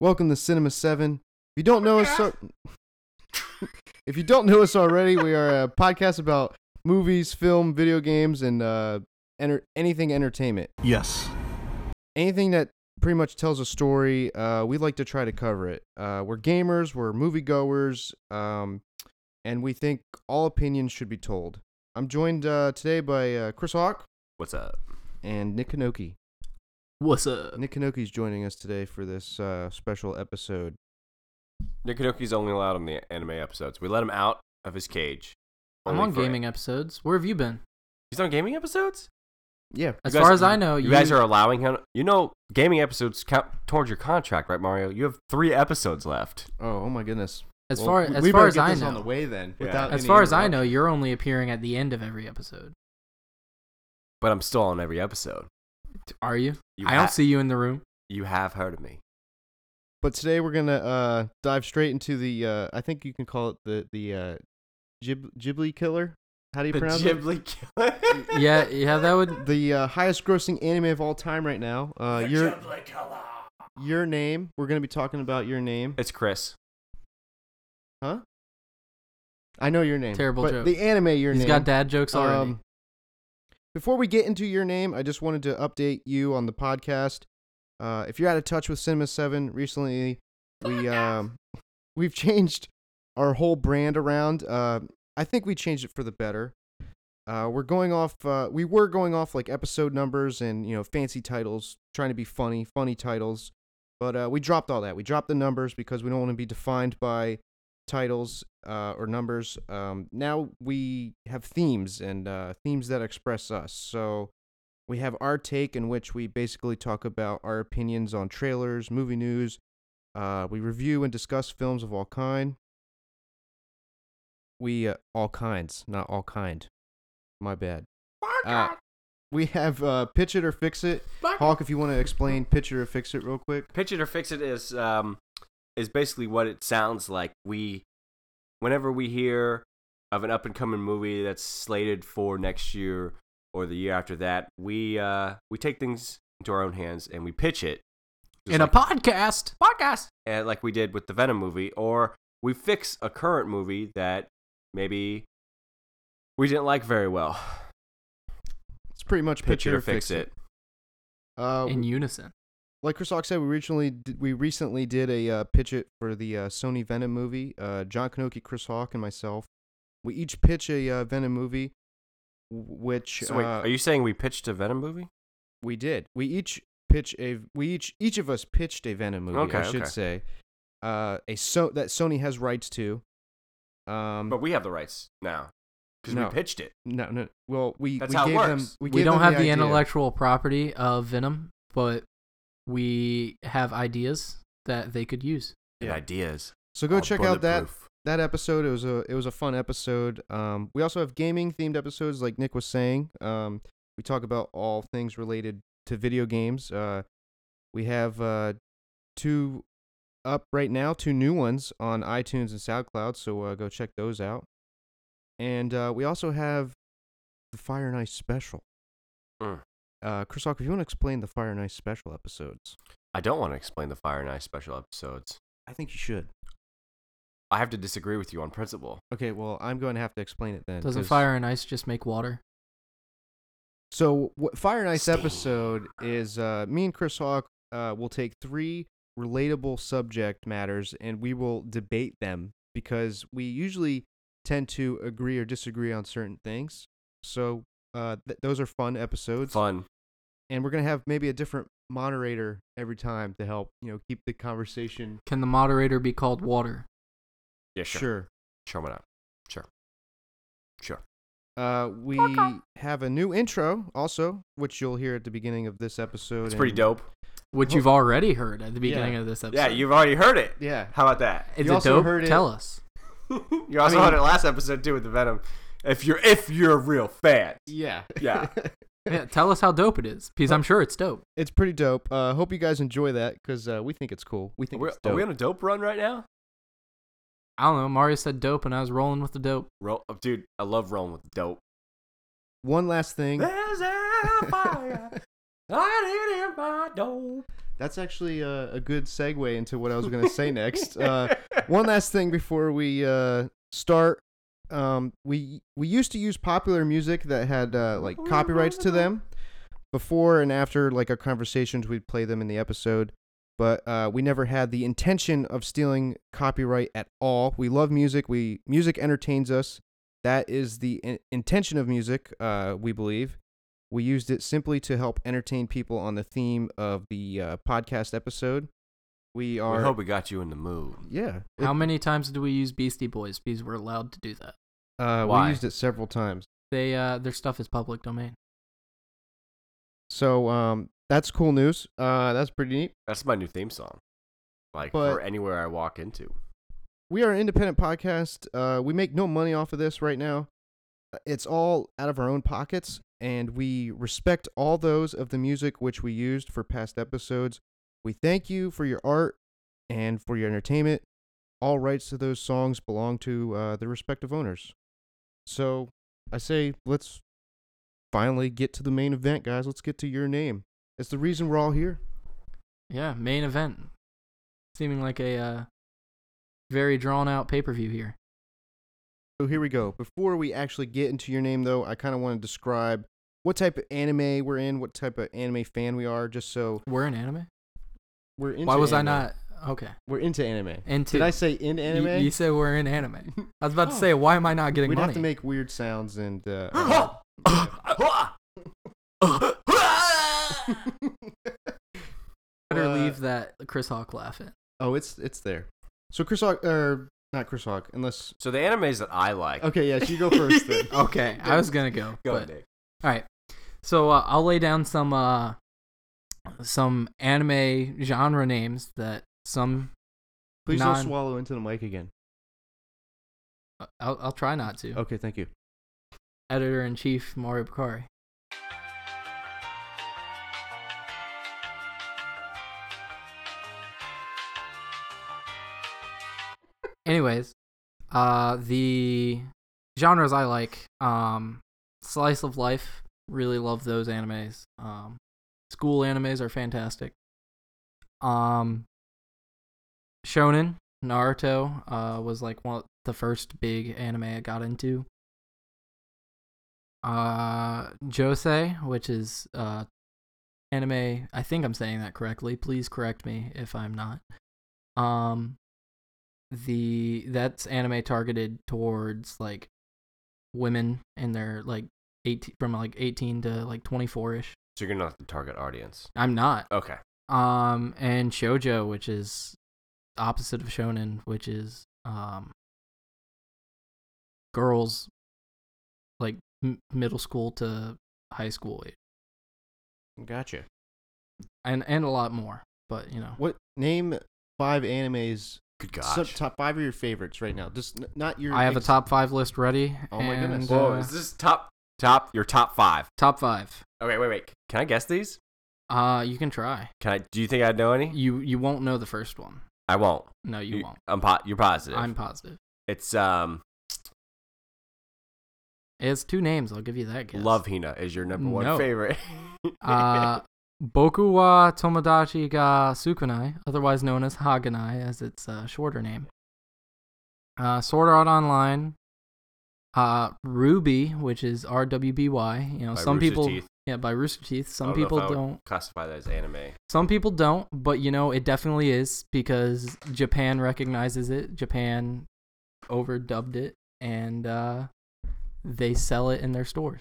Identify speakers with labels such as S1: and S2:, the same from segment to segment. S1: Welcome to Cinema Seven. If you don't know us, so- if you don't know us already, we are a podcast about movies, film, video games, and uh, enter- anything entertainment.
S2: Yes.
S1: Anything that pretty much tells a story. Uh, we like to try to cover it. Uh, we're gamers, we're moviegoers, um, and we think all opinions should be told. I'm joined uh, today by uh, Chris Hawk
S3: What's up?
S1: and Nick Kanoki.
S2: What's
S3: Uh,
S2: up?
S1: Nick Kanoki's joining us today for this uh, special episode.
S3: Nikanoki's only allowed on the anime episodes. We let him out of his cage.
S4: I'm
S3: Only
S4: on
S3: for-
S4: gaming episodes. Where have you been?
S3: He's on gaming episodes.
S1: Yeah,
S4: As
S3: guys-
S4: far as I know,
S3: You, guys are allowing him. You know, gaming episodes count towards your contract, right, Mario? You have three episodes left.
S1: Oh, oh my goodness.
S4: As
S1: Well,
S4: far
S1: we-
S4: as
S1: we
S4: far
S1: better
S4: as
S1: get
S4: I
S1: this on the
S4: know,
S1: way then.
S3: Yeah.
S1: without
S4: as
S1: any
S4: far as I
S1: interrupt-
S4: know, you're only appearing at the end of every episode.
S3: But I'm still on every episode.
S4: Are you?
S3: You
S4: I
S3: ha-
S4: don't see you in the room.
S3: You have heard of me.
S1: But today we're gonna uh, dive straight into the. Uh, I think you can call it the the uh, Ghib- Ghibli killer. How do you
S3: The
S1: pronounce
S3: Ghibli killer.
S4: Yeah, yeah, that
S1: it?
S4: would.
S1: The uh, highest grossing anime of all time right now. Uh, your your name. We're gonna be talking about your name.
S3: It's Chris.
S1: Huh? I know your name.
S4: Terrible
S1: but
S4: joke.
S1: The anime your
S4: He's
S1: name.
S4: got dad jokes already.
S1: Um, before we get into your name, I just wanted to update you on the podcast. Uh, if you're out of touch with Cinema Seven recently, we um, we've changed our whole brand around. Uh, I think we changed it for the better. Uh, we're going off. Uh, we were going off like episode numbers and you know fancy titles, trying to be funny, funny titles. But uh, we dropped all that. We dropped the numbers because we don't want to be defined by titles uh, or numbers. Um, now we have themes and uh, themes that express us. So we have our take, in which we basically talk about our opinions on trailers, movie news. Uh, we review and discuss films of all kind. We uh, all kinds, not all kind. My bad. Uh, we have uh, pitch it or fix it. Hawk, if you want to explain pitch it or fix it real quick.
S3: Pitch it or fix it is um, is basically what it sounds like. We, whenever we hear of an up and coming movie that's slated for next year or the year after that, we uh, we take things into our own hands and we pitch it Just
S4: in
S3: like,
S4: a podcast. Podcast.
S3: uh, like we did with the Venom movie, or we fix a current movie that maybe we didn't like very well.
S1: It's pretty much
S3: Pitch, it or fix it.
S1: Uh,
S4: in unison.
S1: like Chris Hawk said, we originally did, we recently did a uh, pitch it for the uh, Sony Venom movie. Uh, John Kanoki, Chris Hawk, and myself, we each pitch a uh, Venom movie, w- which
S3: So wait,
S1: uh,
S3: are you saying we pitched a Venom movie?
S1: we did. We each pitch a we each each of us pitched a Venom movie.
S3: Okay,
S1: I should
S3: okay.
S1: say, uh, a so that Sony has rights to. Um,
S3: But we have the rights now because
S1: No.
S3: we pitched it.
S1: no, no. Well, we
S3: That's
S1: we
S3: how it
S1: gave them
S3: works.
S1: we,
S4: We,
S1: gave
S4: don't
S1: them
S4: have the,
S1: idea.
S4: intellectual property of Venom, but we have ideas that they could use.
S3: And
S1: Yeah.
S3: ideas.
S1: So go
S3: are
S1: check out that
S3: bulletproof.
S1: that episode it was a it was a fun episode um we also have gaming themed episodes like nick was saying um we talk about all things related to video games uh we have uh two up right now two new ones on itunes and soundcloud so uh, go check those out and uh we also have the fire and ice special
S3: Mm.
S1: uh chris Hawk, if you want to explain the fire and ice special episodes
S3: I don't want to explain the Fire and Ice special episodes.
S1: i think you should
S3: I have to disagree with you on principle.
S1: okay well i'm going to have to explain it then
S4: Doesn't
S1: 'cause-
S4: fire and ice just make water?
S1: So, what Fire and Ice
S3: Sting.
S1: episode is uh, me and Chris Hawk uh, will take three relatable subject matters and we will debate them because we usually tend to agree or disagree on certain things. So, uh, th- those are fun episodes,
S3: Fun.
S1: and we're gonna have maybe a different moderator every time to help you know keep the conversation.
S4: Can the moderator be called water?
S3: Yeah, sure.
S1: sure.
S3: Sure, why not? Sure. Sure.
S1: Uh, we have a new intro also, which you'll hear at the beginning of this episode.
S3: It's pretty
S1: and-
S3: dope.
S4: Which
S1: Well-
S4: you've already heard at the
S1: Yeah.
S4: beginning of this episode.
S3: Yeah, you've already heard it.
S1: Yeah.
S3: How about that?
S4: Is
S1: You
S4: it
S1: also
S4: dope?
S1: heard it-
S4: Tell us.
S3: You also
S1: mean-
S3: heard it last episode too with the Venom. If you're if you're a real fan,
S1: Yeah.
S3: Yeah.
S4: Yeah, tell us how dope it is, because I'm sure it's dope.
S1: It's pretty dope. Uh, hope you guys enjoy that because uh, we think it's cool. We think
S3: We're-
S1: it's
S3: are
S1: dope.
S3: we on a dope run right now?
S4: I don't know. Mario said dope, and I was rolling with the dope.
S3: Roll, oh, dude, I love rolling with dope.
S1: One last thing.
S3: There's a fire lighting in my dope.
S1: That's actually uh, a, a good segue into what I was going to say next. Uh, one last thing before we uh, start. Um, we we used to use popular music that had uh, like copyrights to them. Before and after like our conversations, we'd play them in the episode, but uh, we never had the intention of stealing copyright at all. We love music. We music entertains us. That is the in- intention of music. Uh, we believe. We used it simply to help entertain people on the theme of the uh, podcast episode. We are.
S3: we hope we got you in the mood.
S1: yeah. it-
S4: How many times do we use Beastie Boys? Because we're allowed to do that.
S1: Uh, we
S3: Why?
S1: used it several times.
S4: They uh, their stuff is public domain.
S1: So um, that's cool news. Uh, that's pretty neat.
S3: That's my new theme song. Like
S1: But-
S3: for anywhere I walk into.
S1: We are an independent podcast. Uh, we make no money off of this right now. Uh, It's all out of our own pockets, and we respect all those of the music which we used for past episodes. We thank you for your art and for your entertainment. All rights to those songs belong to uh, the respective owners. So I say, let's finally get to the main event, guys. Let's get to your name. It's the reason we're all here.
S4: Yeah, main event. Seeming like a uh, very drawn out pay per view here.
S1: So here we go. Before we actually get into your name, though, I kind of want to describe what type of anime we're in, what type of anime fan we are, just so
S4: We're in anime.
S1: we're into.
S4: Why was I
S1: anime.
S4: not okay?
S1: We're into anime.
S4: Into
S1: Did I say in anime?
S4: You, you said we're in anime. I was about to
S1: Oh.
S4: say, why am I not getting
S1: We'd
S4: money?
S1: have to make weird sounds and. Uh,
S4: Better
S1: uh,
S4: leave that Chris Hawk laugh in.
S1: oh, it's it's there. So Chris Hawk, or not Chris Hawk, unless.
S3: so the animes that I like.
S1: Okay, yes, you go first then. Oh,
S4: Okay, I was gonna go,
S3: Go,
S4: but
S3: Nick.
S4: all right. So uh, I'll lay down some uh, some anime genre names that some.
S1: Please
S4: non-
S1: don't swallow into the mic again.
S4: uh, I'll, I'll try not to.
S1: Okay, thank you.
S4: Editor in chief Mario Bakari. Anyways, uh, the genres I like, um, slice of life. Really love those animes. Um, school animes are fantastic. Um, Shonen Naruto uh, was like one of the first big anime I got into. Uh, Jose, which is uh, anime. I think I'm saying that correctly. Please correct me if I'm not. Um, the that's anime targeted towards like women in their like 18 from like 18 to like 24 ish.
S3: So you're not the target audience.
S4: I'm not.
S3: Okay.
S4: Um, and shojo, which is opposite of shonen, which is um, girls like m- middle school to high school, age,
S1: Gotcha.
S4: and and a lot more. But you know,
S1: What name five animes?
S3: Good gosh.
S1: Sub, top five of your favorites right now. Just n- not your.
S4: I have a
S1: ex-
S4: top five list ready.
S1: Oh my goodness.
S4: and,
S1: Whoa,
S3: Whoa,
S4: uh,
S3: is this top top your top five?
S4: top five.
S3: Okay, wait, wait. Can I guess these?
S4: Uh, you can try.
S3: Can I? Do you think I'd know any?
S4: You you won't know the first one.
S3: I won't.
S4: No, you, won't.
S3: I'm po- you're positive.
S4: I'm positive.
S3: it's um
S4: It has two names. I'll give you that guess.
S3: Love Hina is your number one
S4: No.
S3: favorite.
S4: uh, Boku wa Tomodachi ga Sukunai, otherwise known as Haganai, as its uh, shorter name. Uh, Sword Art Online. Uh, Ruby, which is R W B Y. You know,
S3: By
S4: some
S3: Rooster
S4: people.
S3: Teeth.
S4: Yeah, by Rooster Teeth.
S3: I
S4: Some
S3: don't know if
S4: people
S3: I would
S4: don't.
S3: classify that as anime.
S4: Some people don't, but you know, it definitely is because Japan recognizes it. Japan overdubbed it, and uh, they sell it in their stores.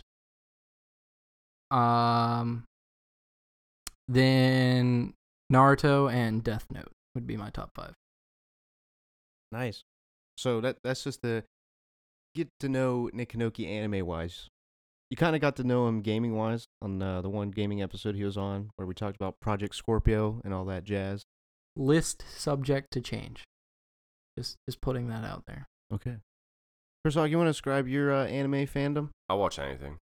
S4: Um, then Naruto and Death Note would be my top five.
S1: Nice. So that that's just the get to know Nick Hinoki anime wise. You kind of got to know him gaming wise on uh, the one gaming episode he was on where we talked about Project Scorpio and all that jazz.
S4: List subject to change. Just just putting that out there.
S1: Okay. First of all, you want to describe your uh, anime fandom?
S3: I'll watch anything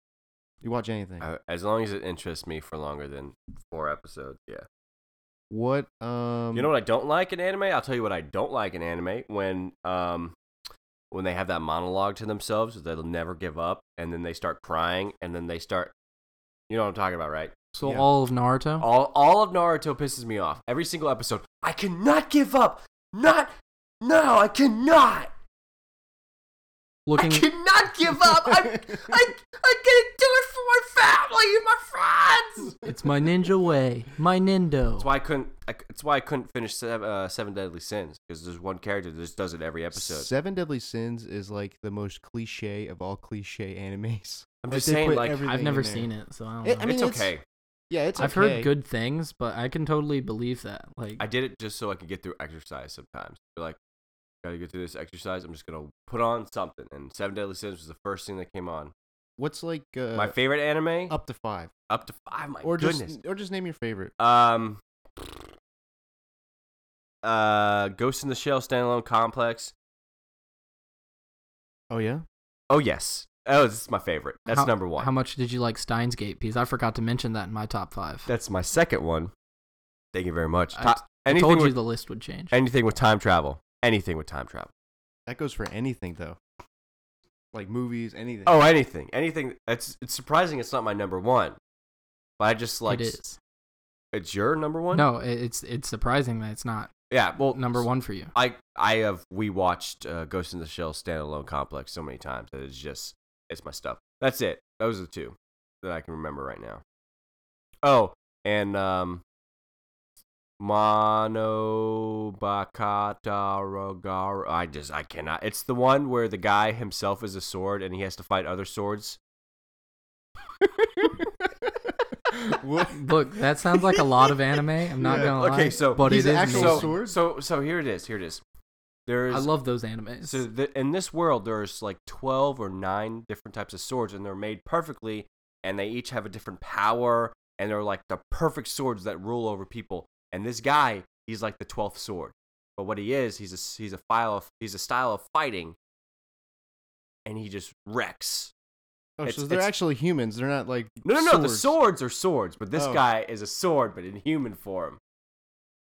S1: You watch anything?
S3: I, Uh, as long as it interests me for longer than four episodes. Yeah.
S1: what um
S3: You know what I don't like in anime? I'll tell you what I don't like in anime when um when they have that monologue to themselves that they'll never give up and then they start crying and then they start You know what I'm talking about, right?
S4: So
S1: Yeah.
S4: all of Naruto.
S3: All all of Naruto pisses me off. Every single episode. I cannot give up. Not no, I cannot.
S4: looking
S3: I cannot give up. I I I can't do it for my family and my friends.
S4: It's my ninja way. My nindo.
S3: That's why I couldn't. I, it's why I couldn't finish seven, uh, seven Deadly Sins because there's one character that just does it every episode.
S1: Seven Deadly Sins is like the most cliche of all cliche animes.
S3: I'm
S1: Like,
S3: just
S1: they
S3: saying,
S1: put
S3: like,
S1: everything
S4: I've
S1: in
S4: never
S1: there.
S4: seen it, so I don't know.
S1: It- I mean,
S3: it's
S1: it's-
S3: okay.
S1: Yeah, it's.
S4: I've heard
S1: okay.
S4: good things, but I can totally believe that. Like,
S3: I did it just so I could get through exercise. Sometimes, You're like, gotta get through this exercise. I'm just gonna put on something. And Seven Deadly Sins was the first thing that came on.
S1: What's like uh,
S3: my favorite anime up,
S1: up to five,
S3: to five. My
S1: or
S3: goodness.
S1: just or just name your favorite.
S3: Um, uh, Ghost in the Shell standalone complex.
S1: Oh yeah,
S3: Oh yes. Oh, this is my favorite. That's
S4: how-
S3: number one.
S4: How much did you like Steins Gate? Because I forgot to mention that in my top five.
S3: That's my second one. Thank you very much.
S4: I
S3: Ti-
S4: t- I
S3: anything
S4: told you
S3: with
S4: the list would change.
S3: anything with time travel. Anything with time travel.
S1: that goes for anything though, like movies, anything.
S3: Oh, anything. Anything. It's it's surprising. It's not my number one. But I just like
S4: it is.
S3: it's your number one.
S4: No, it, it's it's surprising that it's not
S3: Yeah. Well,
S4: number one for you.
S3: I I have we watched uh, Ghost in the Shell standalone complex so many times that it's just it's my stuff. That's it. Those are the two that I can remember right now. Oh, and um, Monobakataragara. I just I cannot. It's the one where the guy himself is a sword and he has to fight other swords.
S1: What-
S4: Look, that sounds like a lot of anime. I'm not
S1: Yeah.
S4: gonna lie.
S3: Okay, so-
S4: but
S1: He's
S4: it is
S1: an actual
S4: amazing.
S1: sword?
S3: So so so here it is. Here it is. There's
S4: I love those animes.
S3: So th in this world, there's like twelve or nine different types of swords, and they're made perfectly, and they each have a different power, and they're like the perfect swords that rule over people. And this guy, he's like the twelfth sword, but what he is, he's a he's a file of he's a style of fighting, and he just wrecks.
S1: Oh,
S3: It's-
S1: so they're
S3: it's-
S1: actually humans. They're not like
S3: No, no, no. The
S1: swords.
S3: swords are swords, but this
S1: Oh.
S3: guy is a sword, but in human form.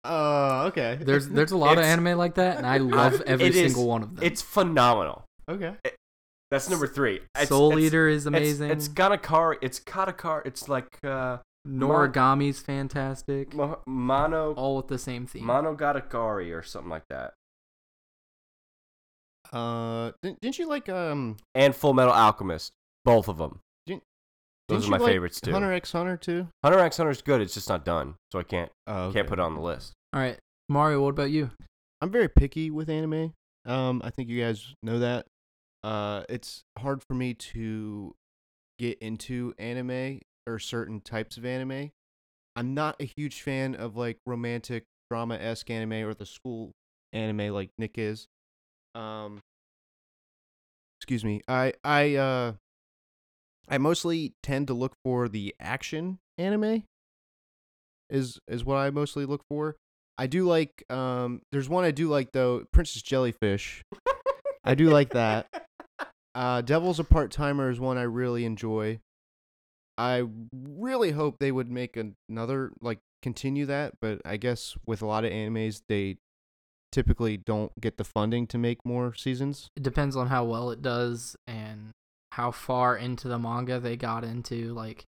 S1: Uh, okay.
S4: there's there's a lot of
S3: It's-
S4: anime like that, and I love every
S3: It is-
S4: single one of them.
S3: It's phenomenal.
S1: okay.
S3: That's number three. It's,
S4: Soul
S3: it's-
S4: Eater is
S3: it's-
S4: amazing.
S3: It's, Ganakari. It's Katakari. It's like. uh
S4: Norigami's fantastic.
S3: Mo- mono
S4: All with the same theme.
S3: monogatari or something like that
S1: Uh, didn't, didn't you like um?
S3: and full metal alchemist both of them
S1: Didn't-
S3: those
S1: didn't
S3: are
S1: you
S3: my
S1: like
S3: favorites too
S1: Hunter
S3: hunter,
S1: X Hunter too.
S3: x hunter is good it's just not done so i can't
S1: Oh,
S3: can't put it on the list
S4: All right, Mario. What about you?
S1: I'm very picky with anime. Um, I think you guys know that. Uh, it's hard for me to get into anime or certain types of anime. I'm not a huge fan of like romantic drama esque anime or the school anime like Nick is. Um, excuse me. I I uh, I mostly tend to look for the action anime. Is is what I mostly look for. I do like um there's one I do like though, Princess Jellyfish. I do like that. Uh Devil's a Part Timer is one I really enjoy. I really hope they would make an- another like continue that, but I guess with a lot of animes they typically don't get the funding to make more seasons.
S4: It depends on how well it does and how far into the manga they got into. Like,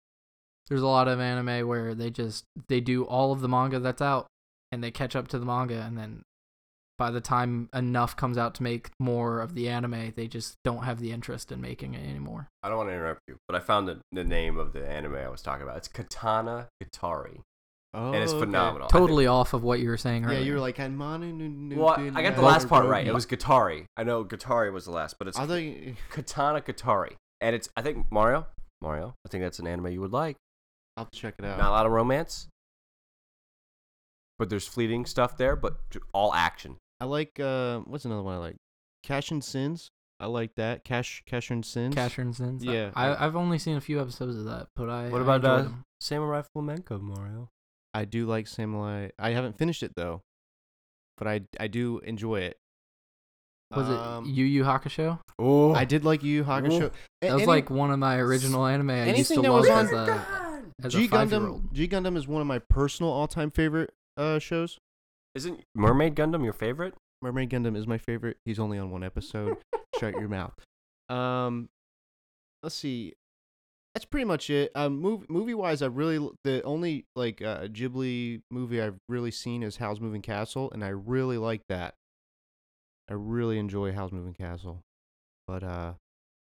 S4: there's a lot of anime where they just they do all of the manga that's out and they catch up to the manga, and then by the time enough comes out to make more of the anime, they just don't have the interest in making it anymore.
S3: i don't want to interrupt you but i found the, the name of the anime i was talking about it's katana Gatari,
S1: Oh,
S3: and it's phenomenal I think-
S4: totally off of what you were saying
S1: Yeah,
S4: earlier.
S1: you were like, I'm on
S3: well I- i got the last part right it was Gatari. i know Gatari was the last but it's
S1: I thought you-
S3: katana Gatari, and it's i think mario mario i think that's an anime you would like
S1: I'll check it out.
S3: Not a lot of romance, but there's fleeting stuff there. But j- all action.
S1: I like uh, what's another one I like? Cash and Sins. I like that. Cash Cash and Sins.
S4: Cash and Sins.
S1: Yeah.
S4: I, I've only seen a few episodes of that, but I.
S3: What
S4: I
S3: about
S4: enjoyed
S3: uh,
S4: them.
S3: Samurai Flamenco, Mario?
S1: I do like Samurai. I haven't finished it though, but I I do enjoy it.
S4: Was
S1: Um,
S4: it Yu Yu Hakusho?
S3: Oh,
S1: I did like Yu Yu Hakusho.
S3: Ooh.
S1: A-
S4: That was
S1: any-
S4: like one of my original anime I used
S1: anything
S4: to
S1: that
S4: love
S1: was
S4: as
S1: on-
S4: a, as a
S1: G
S4: five-year-old.
S1: Gundam. G Gundam is one of my personal all time favorite uh, shows.
S3: Isn't Mermaid Gundam your favorite?
S1: Mermaid Gundam is my favorite. He's only on one episode. Shut your mouth. Um, let's see. that's pretty much it. Um, movie movie wise, I really l- the only like uh, Ghibli movie I've really seen is Howl's Moving Castle, and I really like that. I really enjoy Howl's Moving Castle, but uh,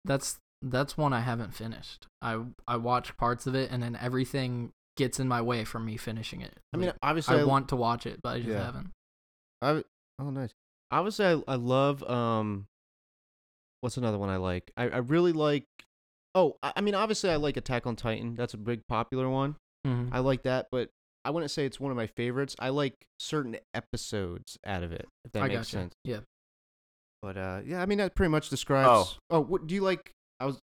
S4: That's that's one I haven't finished. I I watched parts of it and then everything gets in my way from me finishing it.
S1: I mean,
S4: Like,
S1: obviously,
S4: I want to watch it, but I just
S1: Yeah.
S4: haven't.
S1: I oh nice. Obviously, I I love um. What's another one I like? I I really like. Oh, I, I mean, obviously, I like Attack on Titan. That's a big popular one.
S4: Mhm.
S1: I like that, but I wouldn't say it's one of my favorites. I like certain episodes out of it. If that
S4: I
S1: makes
S4: gotcha.
S1: sense.
S4: Yeah.
S1: But uh, yeah, I mean that pretty much describes. Oh, what do you like?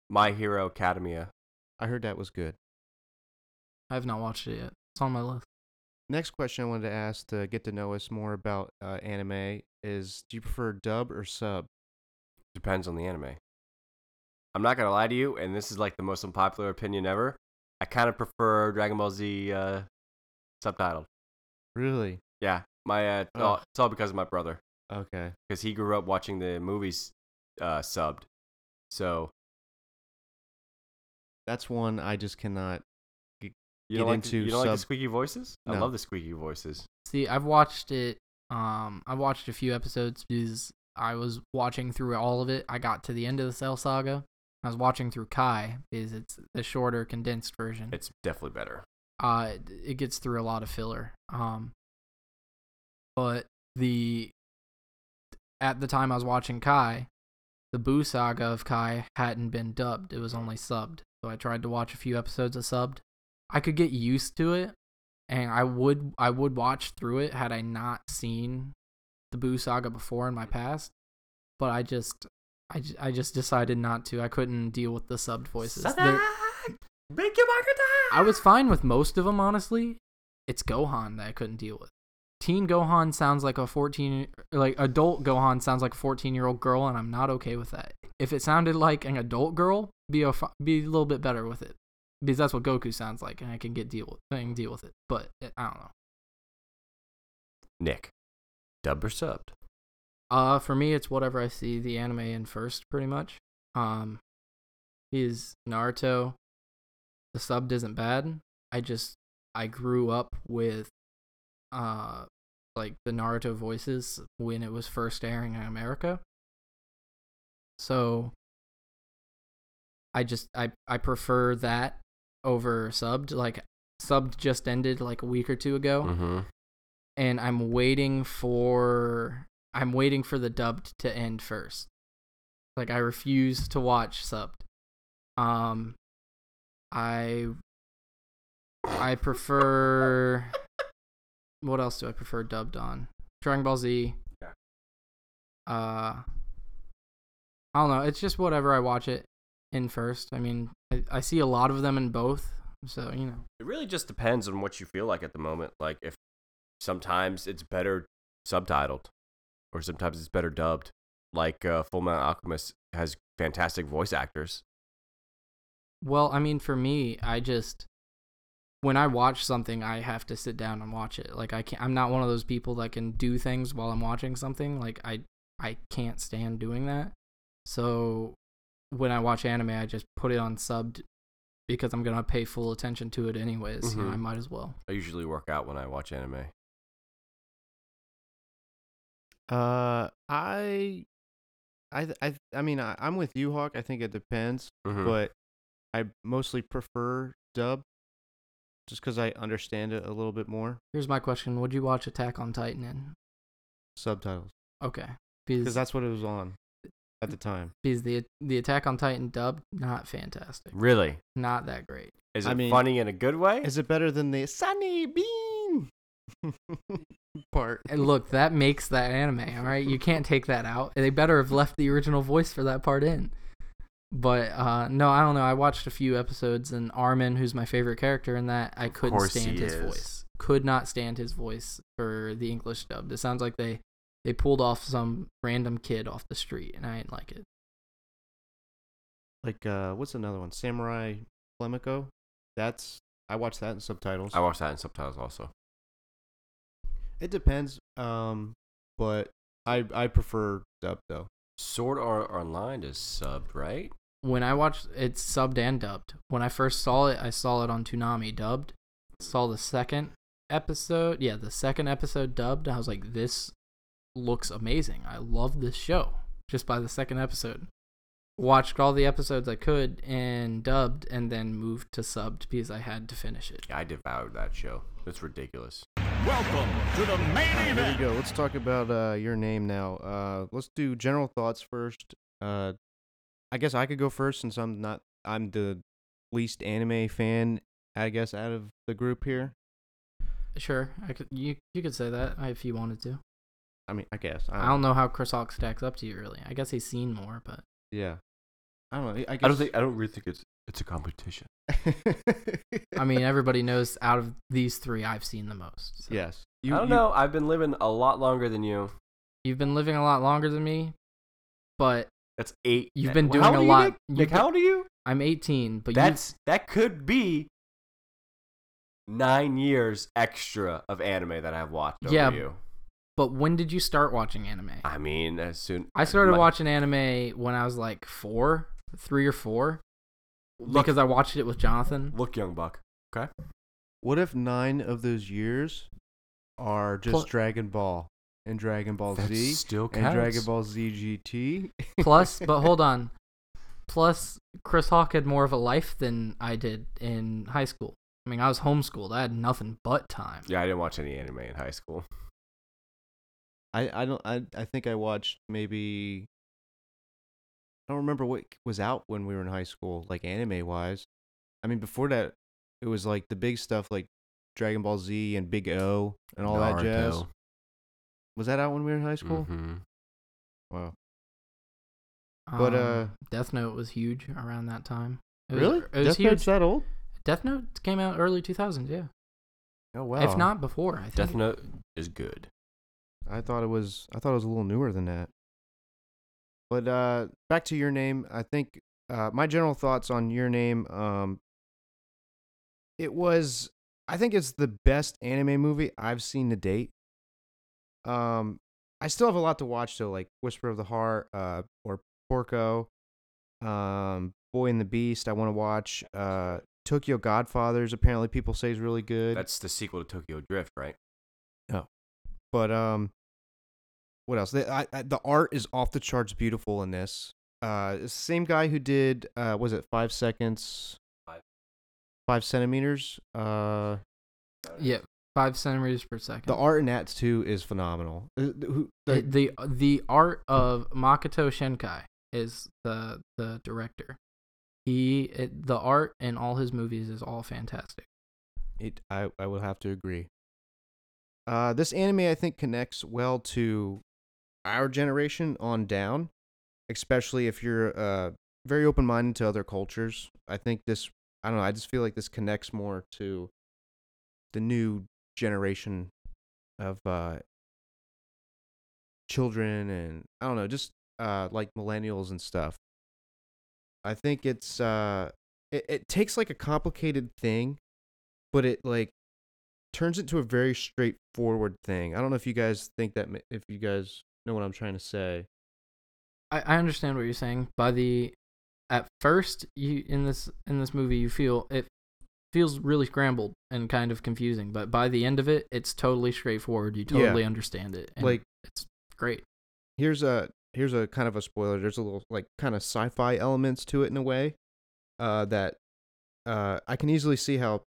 S3: My Hero Academia.
S1: I heard that was good.
S4: I have not watched it yet. It's on my list.
S1: Next question I wanted to ask to get to know us more about uh, anime is: Do you prefer dub or sub?
S3: Depends on the anime. I'm not gonna lie to you, and this is like the most unpopular opinion ever. I kind of prefer Dragon Ball Z uh, subtitled.
S1: Really?
S3: Yeah, my uh, it's, all, it's all because of my brother,
S1: Okay.
S3: because he grew up watching the movies uh, subbed. So
S1: That's one I just cannot.
S3: you
S1: Get
S3: don't like
S1: into
S3: the, you don't like the
S1: sub-
S3: squeaky voices? I
S1: No.
S3: love the squeaky voices.
S4: See, I've watched it. Um, I watched a few episodes because I was watching through all of it. I got to the end of the Cell Saga. I was watching through Kai because it's the shorter, condensed version.
S3: It's definitely better.
S4: uh it- it gets through a lot of filler um but the at the time I was watching Kai the Boo saga of Kai hadn't been dubbed it was only subbed so I tried to watch a few episodes of subbed I could get used to it and I would I would watch through it had I not seen the Boo saga before in my past but I just I, ju- I just decided not to I couldn't deal with the subbed voices They're-
S3: Make your market
S4: I was fine with most of them, honestly. It's Gohan that I couldn't deal with. Teen Gohan sounds like a 14, like adult Gohan sounds like a 14 year old girl, and I'm not okay with that. If it sounded like an adult girl, be a fi- be a little bit better with it, because that's what Goku sounds like, and I can get deal with, I can deal with it. But I don't know.
S3: Nick, dub or subbed?
S4: Uh, for me, it's whatever I see the anime in first, pretty much. Um, is Naruto. The subbed isn't bad. I just I grew up with, uh, like the Naruto voices when it was first airing in America. So. I just I I prefer that over subbed. Like subbed just ended like a week or two ago
S3: Mm-hmm.
S4: and I'm waiting for I'm waiting for the dubbed to end first. Like I refuse to watch subbed. Um I I prefer what else do I prefer dubbed on? Dragon Ball Z.
S3: Yeah.
S4: Uh I don't know, it's just whatever I watch it in first. I mean, I, I see a lot of them in both, so you know.
S3: It really just depends on what you feel like at the moment. Like if sometimes it's better subtitled, or sometimes it's better dubbed. Like uh, Full Metal Alchemist has fantastic voice actors.
S4: Well, I mean, for me, I just when I watch something, I have to sit down and watch it. Like I can't. I'm not one of those people that can do things while I'm watching something. Like I, I can't stand doing that. So when I watch anime, I just put it on subbed because I'm gonna pay full attention to it anyways. You know,
S3: Mhm.
S4: I might as well.
S3: I usually work out when I watch anime.
S1: Uh, I, I, th- I, th- I mean, I, I'm with you, Hawk. I think it depends,
S3: Mhm.
S1: but I mostly prefer dub, just because I understand it a little bit more.
S4: Here's my question: Would you watch Attack on Titan in?
S1: Subtitles, Mm.
S4: Okay,
S1: because
S4: because
S1: that's what it was on at the time.
S4: because the the Attack on Titan dub not fantastic,
S3: really,
S4: not that great.
S3: is it
S1: I mean-
S3: funny in a good way?
S1: Is it better than the Sunny Bean part?
S4: And look, that makes that anime, all right? You can't take that out. They better have left the original voice for that part in. But uh, no, I don't know. I watched a few episodes, and Armin, who's my favorite character in that, I
S3: Of
S4: couldn't
S3: course
S4: stand
S3: he
S4: his
S3: is.
S4: voice. Could not stand his voice for the English dub. It sounds like they they pulled off some random kid off the street, and I didn't like it.
S1: Like, uh, what's another one? Samurai Flamenco. That's I watched that in subtitles.
S3: I watch that in subtitles also.
S1: it depends. Um, but I I prefer dub though.
S3: Sword Art Online is subbed, right?
S4: when I watched it's subbed and dubbed. When I first saw it, I saw it on Toonami dubbed. Saw the second episode, yeah, the second episode dubbed. I was like, this looks amazing. I love this show just by the second episode. Watched all the episodes I could and dubbed, and then moved to subbed because I had to finish it.
S3: I devoured that show. It's ridiculous.
S2: Welcome to the main
S1: There you
S2: event.
S1: go. Let's talk about uh, your name now. Uh, let's do general thoughts first. Uh, I guess I could go first since I'm not. I'm the least anime fan, I guess, out of the group here.
S4: Sure, I could you you could say that if you wanted to.
S1: I mean, I guess. I
S4: I don't know how Chris Hawk stacks up to you really. I guess he's seen more, but
S1: Yeah. I don't know. I, guess,
S3: I don't think I don't really think it's it's a competition.
S4: I mean everybody knows out of these three I've seen the most. so.
S1: yes.
S3: I don't know. I've been living a lot longer than you.
S4: You've been living a lot longer than me, but
S3: That's eight.
S4: You've been doing
S3: how old
S4: a
S3: are you,
S4: lot.
S3: Nick?
S4: You've
S3: Nick,
S4: been-
S3: how old are you?
S4: I'm 18. But
S3: That's that could be nine years extra of anime that I've watched over
S4: Yeah.
S3: you.
S4: you, but when did you start watching anime?
S3: I mean, as soon
S4: I started
S3: my-
S4: watching anime when I was like four, three or four,
S3: Look,
S4: because I watched it with Jonathan.
S3: look, young buck. Okay.
S1: What if nine of those years are just
S4: Pl-
S1: Dragon Ball and Dragon Ball
S3: That
S1: Z
S3: still
S1: and Dragon
S3: counts.
S1: Ball Z GT?
S4: Plus, but hold on. Plus, Chris Hawk had more of a life than I did in high school. I mean, I was homeschooled. I had nothing but time.
S3: Yeah, I didn't watch any anime in high school.
S1: I, I don't I, I think I watched maybe I don't remember what was out when we were in high school, like anime wise. I mean before that it was like the big stuff like Dragon Ball Z and Big O and all that jazz. Was that out when we were in high school?
S3: Mhm.
S1: Wow. But, uh,
S4: Um, Death Note was huge around that time. It was,
S1: Really?
S4: It was
S1: Death
S4: huge.
S1: Note's that old?
S4: Death Note came out early 2000s. Yeah,
S1: Oh wow.
S4: if not before, I think.
S3: Death Note is good.
S1: I thought it was I thought it was a little newer than that. But uh back to your name, I think uh my general thoughts on your name um it was I think it's the best anime movie I've seen to date. Um I still have a lot to watch though, like Whisper of the Heart uh or Porco um Boy and the Beast I want to watch uh Tokyo Godfathers apparently people say is really good.
S3: That's the sequel to Tokyo Drift, right?
S1: But um, what else? The, I, I, the art is off the charts beautiful in this. Uh, it's the same guy who did uh, was it five seconds,
S3: Five.
S1: five centimeters. Uh,
S4: Yeah, five centimeters per second.
S1: the art in that too is phenomenal. Uh, th- who-
S4: the,
S1: the-
S4: the the art of Makoto Shinkai is the the director. He it, the art in all his movies is all fantastic.
S1: it, I I would have to agree. Uh, this anime I think connects well to our generation on down, especially if you're uh very open minded to other cultures. I think this I don't know, I just feel like this connects more to the new generation of uh children and I don't know, just uh like millennials and stuff. I think it's uh it, it takes like a complicated thing, but it like turns it to a very straightforward thing. I don't know if you guys think that ma- if you guys know what I'm trying to say.
S4: I, I understand what you're saying. By the at first you in this in this movie you feel it feels really scrambled and kind of confusing, but by the end of it it's totally straightforward. You
S1: Yeah.
S4: totally understand it. and
S1: Like-
S4: it's great.
S1: here's a here's a kind of a spoiler. There's a little like kind of sci-fi elements to it in a way uh, that uh, I can easily see how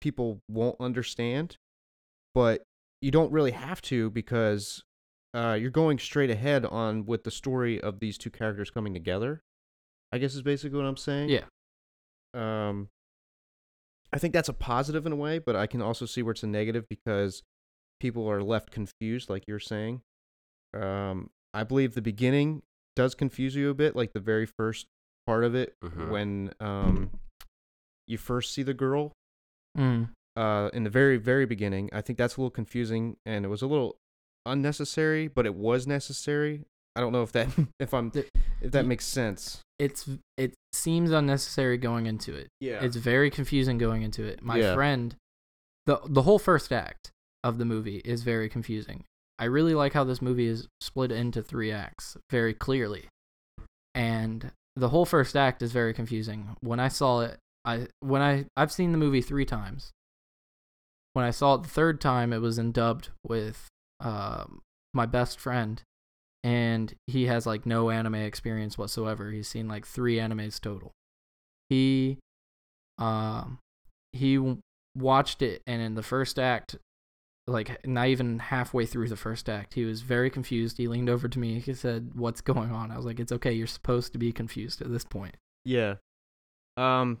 S1: people won't understand, but you don't really have to because uh, you're going straight ahead on with the story of these two characters coming together. I guess is basically what I'm saying.
S4: Yeah.
S1: Um, I think that's a positive in a way, but I can also see where it's a negative because people are left confused, like you're saying. Um, I believe the beginning does confuse you a bit, like the very first part of it
S3: Mhm.
S1: when um, you first see the girl
S4: Mm.
S1: uh, in the very, very beginning. I think that's a little confusing and it was a little unnecessary, but it was necessary. I don't know if that if I'm
S4: The-
S1: if that
S4: y-
S1: makes sense.
S4: It's it seems unnecessary going into it.
S3: Yeah.
S4: It's very confusing going into it. My
S1: Yeah.
S4: friend, the the whole first act of the movie is very confusing. I really like how this movie is split into three acts very clearly, and the whole first act is very confusing. When I saw it, I when I I've seen the movie 3 times. When I saw it the third time, it was in dubbed with um my best friend and he has like no anime experience whatsoever. He's seen like 3 animes total. He um he w- watched it and in the first act like not even halfway through the first act he was very confused he leaned over to me he said what's going on i was like it's okay you're supposed to be confused at this point
S1: Yeah. Um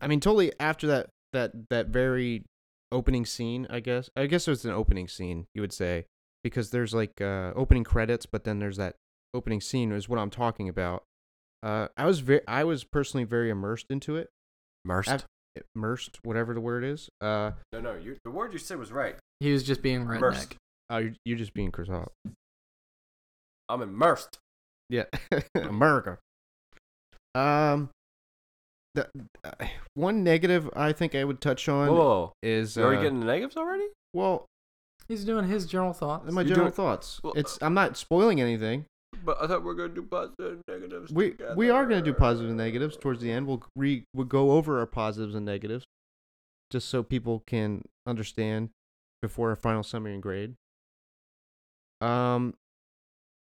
S1: I mean totally after that that that very opening scene, I guess. I guess it was an opening scene, you would say, because there's like uh opening credits, but then there's that opening scene is what I'm talking about. Uh I was very I was personally very immersed into it.
S3: Immersed.
S1: Ab- Immersed, whatever the word is. Uh
S3: no, no. You, the word you said was right.
S4: he was just being redneck
S3: Immersed.
S1: oh, you're, you're just being croissant.
S3: I'm immersed.
S1: Yeah, America. Um, the uh, one negative I think I would touch on
S3: Whoa.
S1: is
S3: Are we
S1: uh,
S3: getting the negatives already?
S1: well,
S4: he's doing his general thoughts
S1: my
S3: You
S1: general
S3: don't-
S1: thoughts.
S3: Well,
S1: it's I'm not spoiling anything.
S3: But I thought we were gonna do positive and negatives.
S1: We we are gonna do positive and negatives towards the end. We'll re we'll go over our positives and negatives, just so people can understand before our final summary and grade. Um,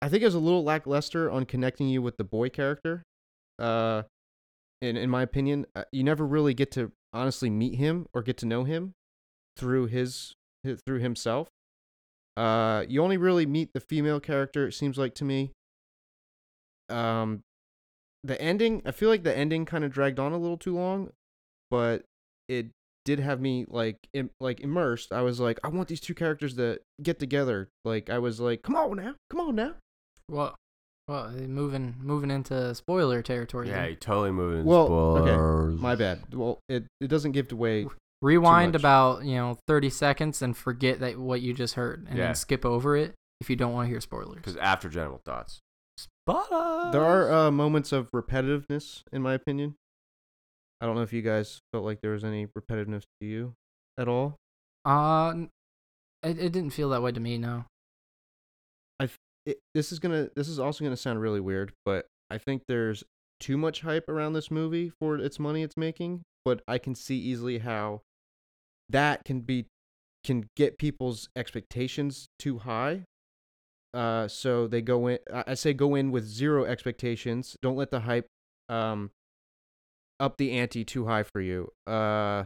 S1: I think it was a little lackluster on connecting you with the boy character. Uh, in in my opinion, uh, you never really get to honestly meet him or get to know him through his, his through himself. Uh, you only really meet the female character. It seems like to me. Um, the ending. I feel like the ending kind of dragged on a little too long, but it did have me like Im- like immersed. I was like, I want these two characters to get together. Like I was like, come on now, come on now.
S4: well well moving moving into spoiler territory
S3: Yeah,
S4: then.
S3: you totally moving.
S1: Well, okay,
S3: spoilers.
S1: My bad. Well, it it doesn't give away.
S4: rewind
S1: much.
S4: about you know 30 seconds and forget that what you just heard and
S3: Yeah.
S4: then skip over it if you don't want to hear spoilers
S3: Because after general thoughts. Spoilers.
S1: There are uh, moments of repetitiveness, in my opinion. I don't know if you guys felt like there was any repetitiveness to you at all.
S4: uh n- it, it didn't feel that way to me no
S1: it, this is gonna this is also gonna sound really weird, but I think there's too much hype around this movie for its money it's making. But I can see easily how that can be can get people's expectations too high. Uh, so they go in. I I say go in with zero expectations. Don't let the hype um up the ante too high for you. Uh,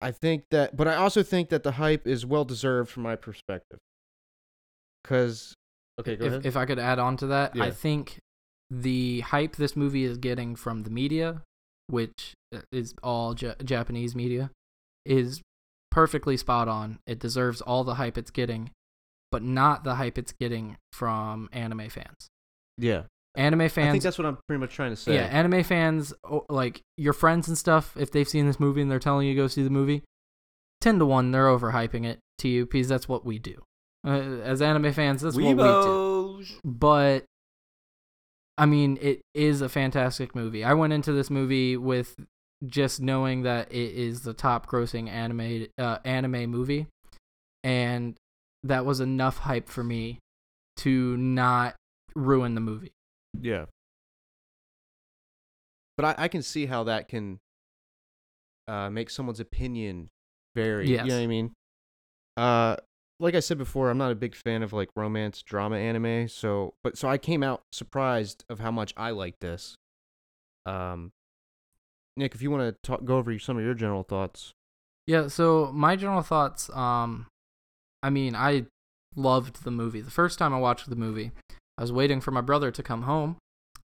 S1: I think that, but I also think that the hype is well deserved from my perspective. Cause okay, go
S4: if,
S1: ahead.
S4: if I could add on to that,
S1: Yeah.
S4: I think the hype this movie is getting from the media, which uh, is all ja Japanese media, is perfectly spot on. It deserves all the hype it's getting, but not the hype it's getting from anime fans.
S1: yeah,
S4: Anime fans
S1: I think that's what I'm pretty much trying to say.
S4: yeah, anime fans, o- like your friends and stuff, if they've seen this movie and they're telling you to go see the movie, 10 to 1, they're overhyping it to you because that's what we do. Uh, as anime fans, that's what we do.
S3: Weebos.
S4: But, I mean, it is a fantastic movie. I went into this movie with just knowing that it is the top grossing anime, uh, anime movie. And that was enough hype for me to not ruin the movie.
S1: yeah. But I, I can see how that can uh, make someone's opinion vary. You know what I
S4: Yes.
S1: mean? Uh, like I said before, I'm not a big fan of like romance drama anime. So, but so I came out surprised of how much I like this. Um, Nick, if you want to talk, go over some of your general thoughts.
S4: Yeah, so my general thoughts um I mean, I loved the movie. The first time I watched the movie, I was waiting for my brother to come home.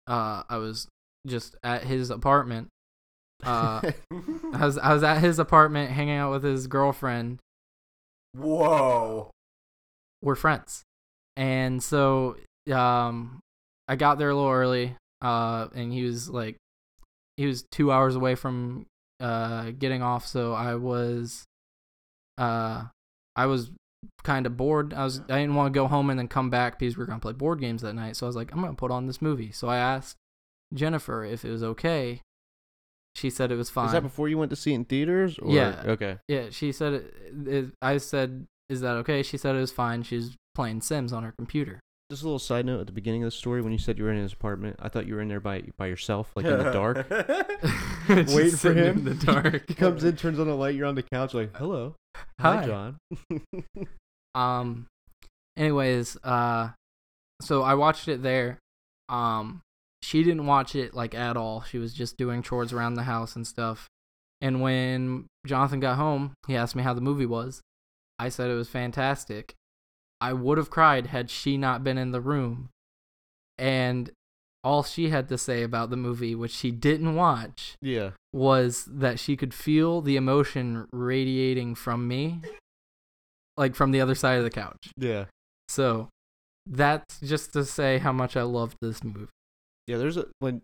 S4: Uh I was just at his apartment. Uh I was I was at his apartment hanging out with his girlfriend.
S3: Whoa.
S4: We're friends. And so um I got there a little early uh and he was like he was 2 hours away from uh getting off, so I was uh I was kind of bored. I was I didn't want to go home and then come back because we were gonna play board games that night. So I was like, I'm gonna put on this movie. So I asked Jennifer if it was okay. She said it was fine.
S1: Is that before you went to see it in theaters? Or?
S4: Yeah.
S1: Okay.
S4: yeah, she said it, it, I said, "Is that okay?" She said it was fine. She's playing Sims on her computer.
S1: Just a little side note at the beginning of the story when you said you were in his apartment, I thought you were in there by by yourself, like in the dark.
S4: Just
S1: Wait for
S4: sitting
S1: him.
S4: in the dark.
S1: He comes in, turns on the light, you're on the couch, like, hello, hi,
S4: Hi.
S1: John.
S4: Um. Anyways, uh, so I watched it there. Um, she didn't watch it like at all. She was just doing chores around the house and stuff. And when Jonathan got home, he asked me how the movie was. I said it was fantastic. I would have cried had she not been in the room. And all she had to say about the movie, which she didn't watch,
S1: yeah,
S4: was that she could feel the emotion radiating from me, like from the other side of the couch.
S1: yeah,
S4: So that's just to say how much I loved this movie.
S1: yeah. There's a when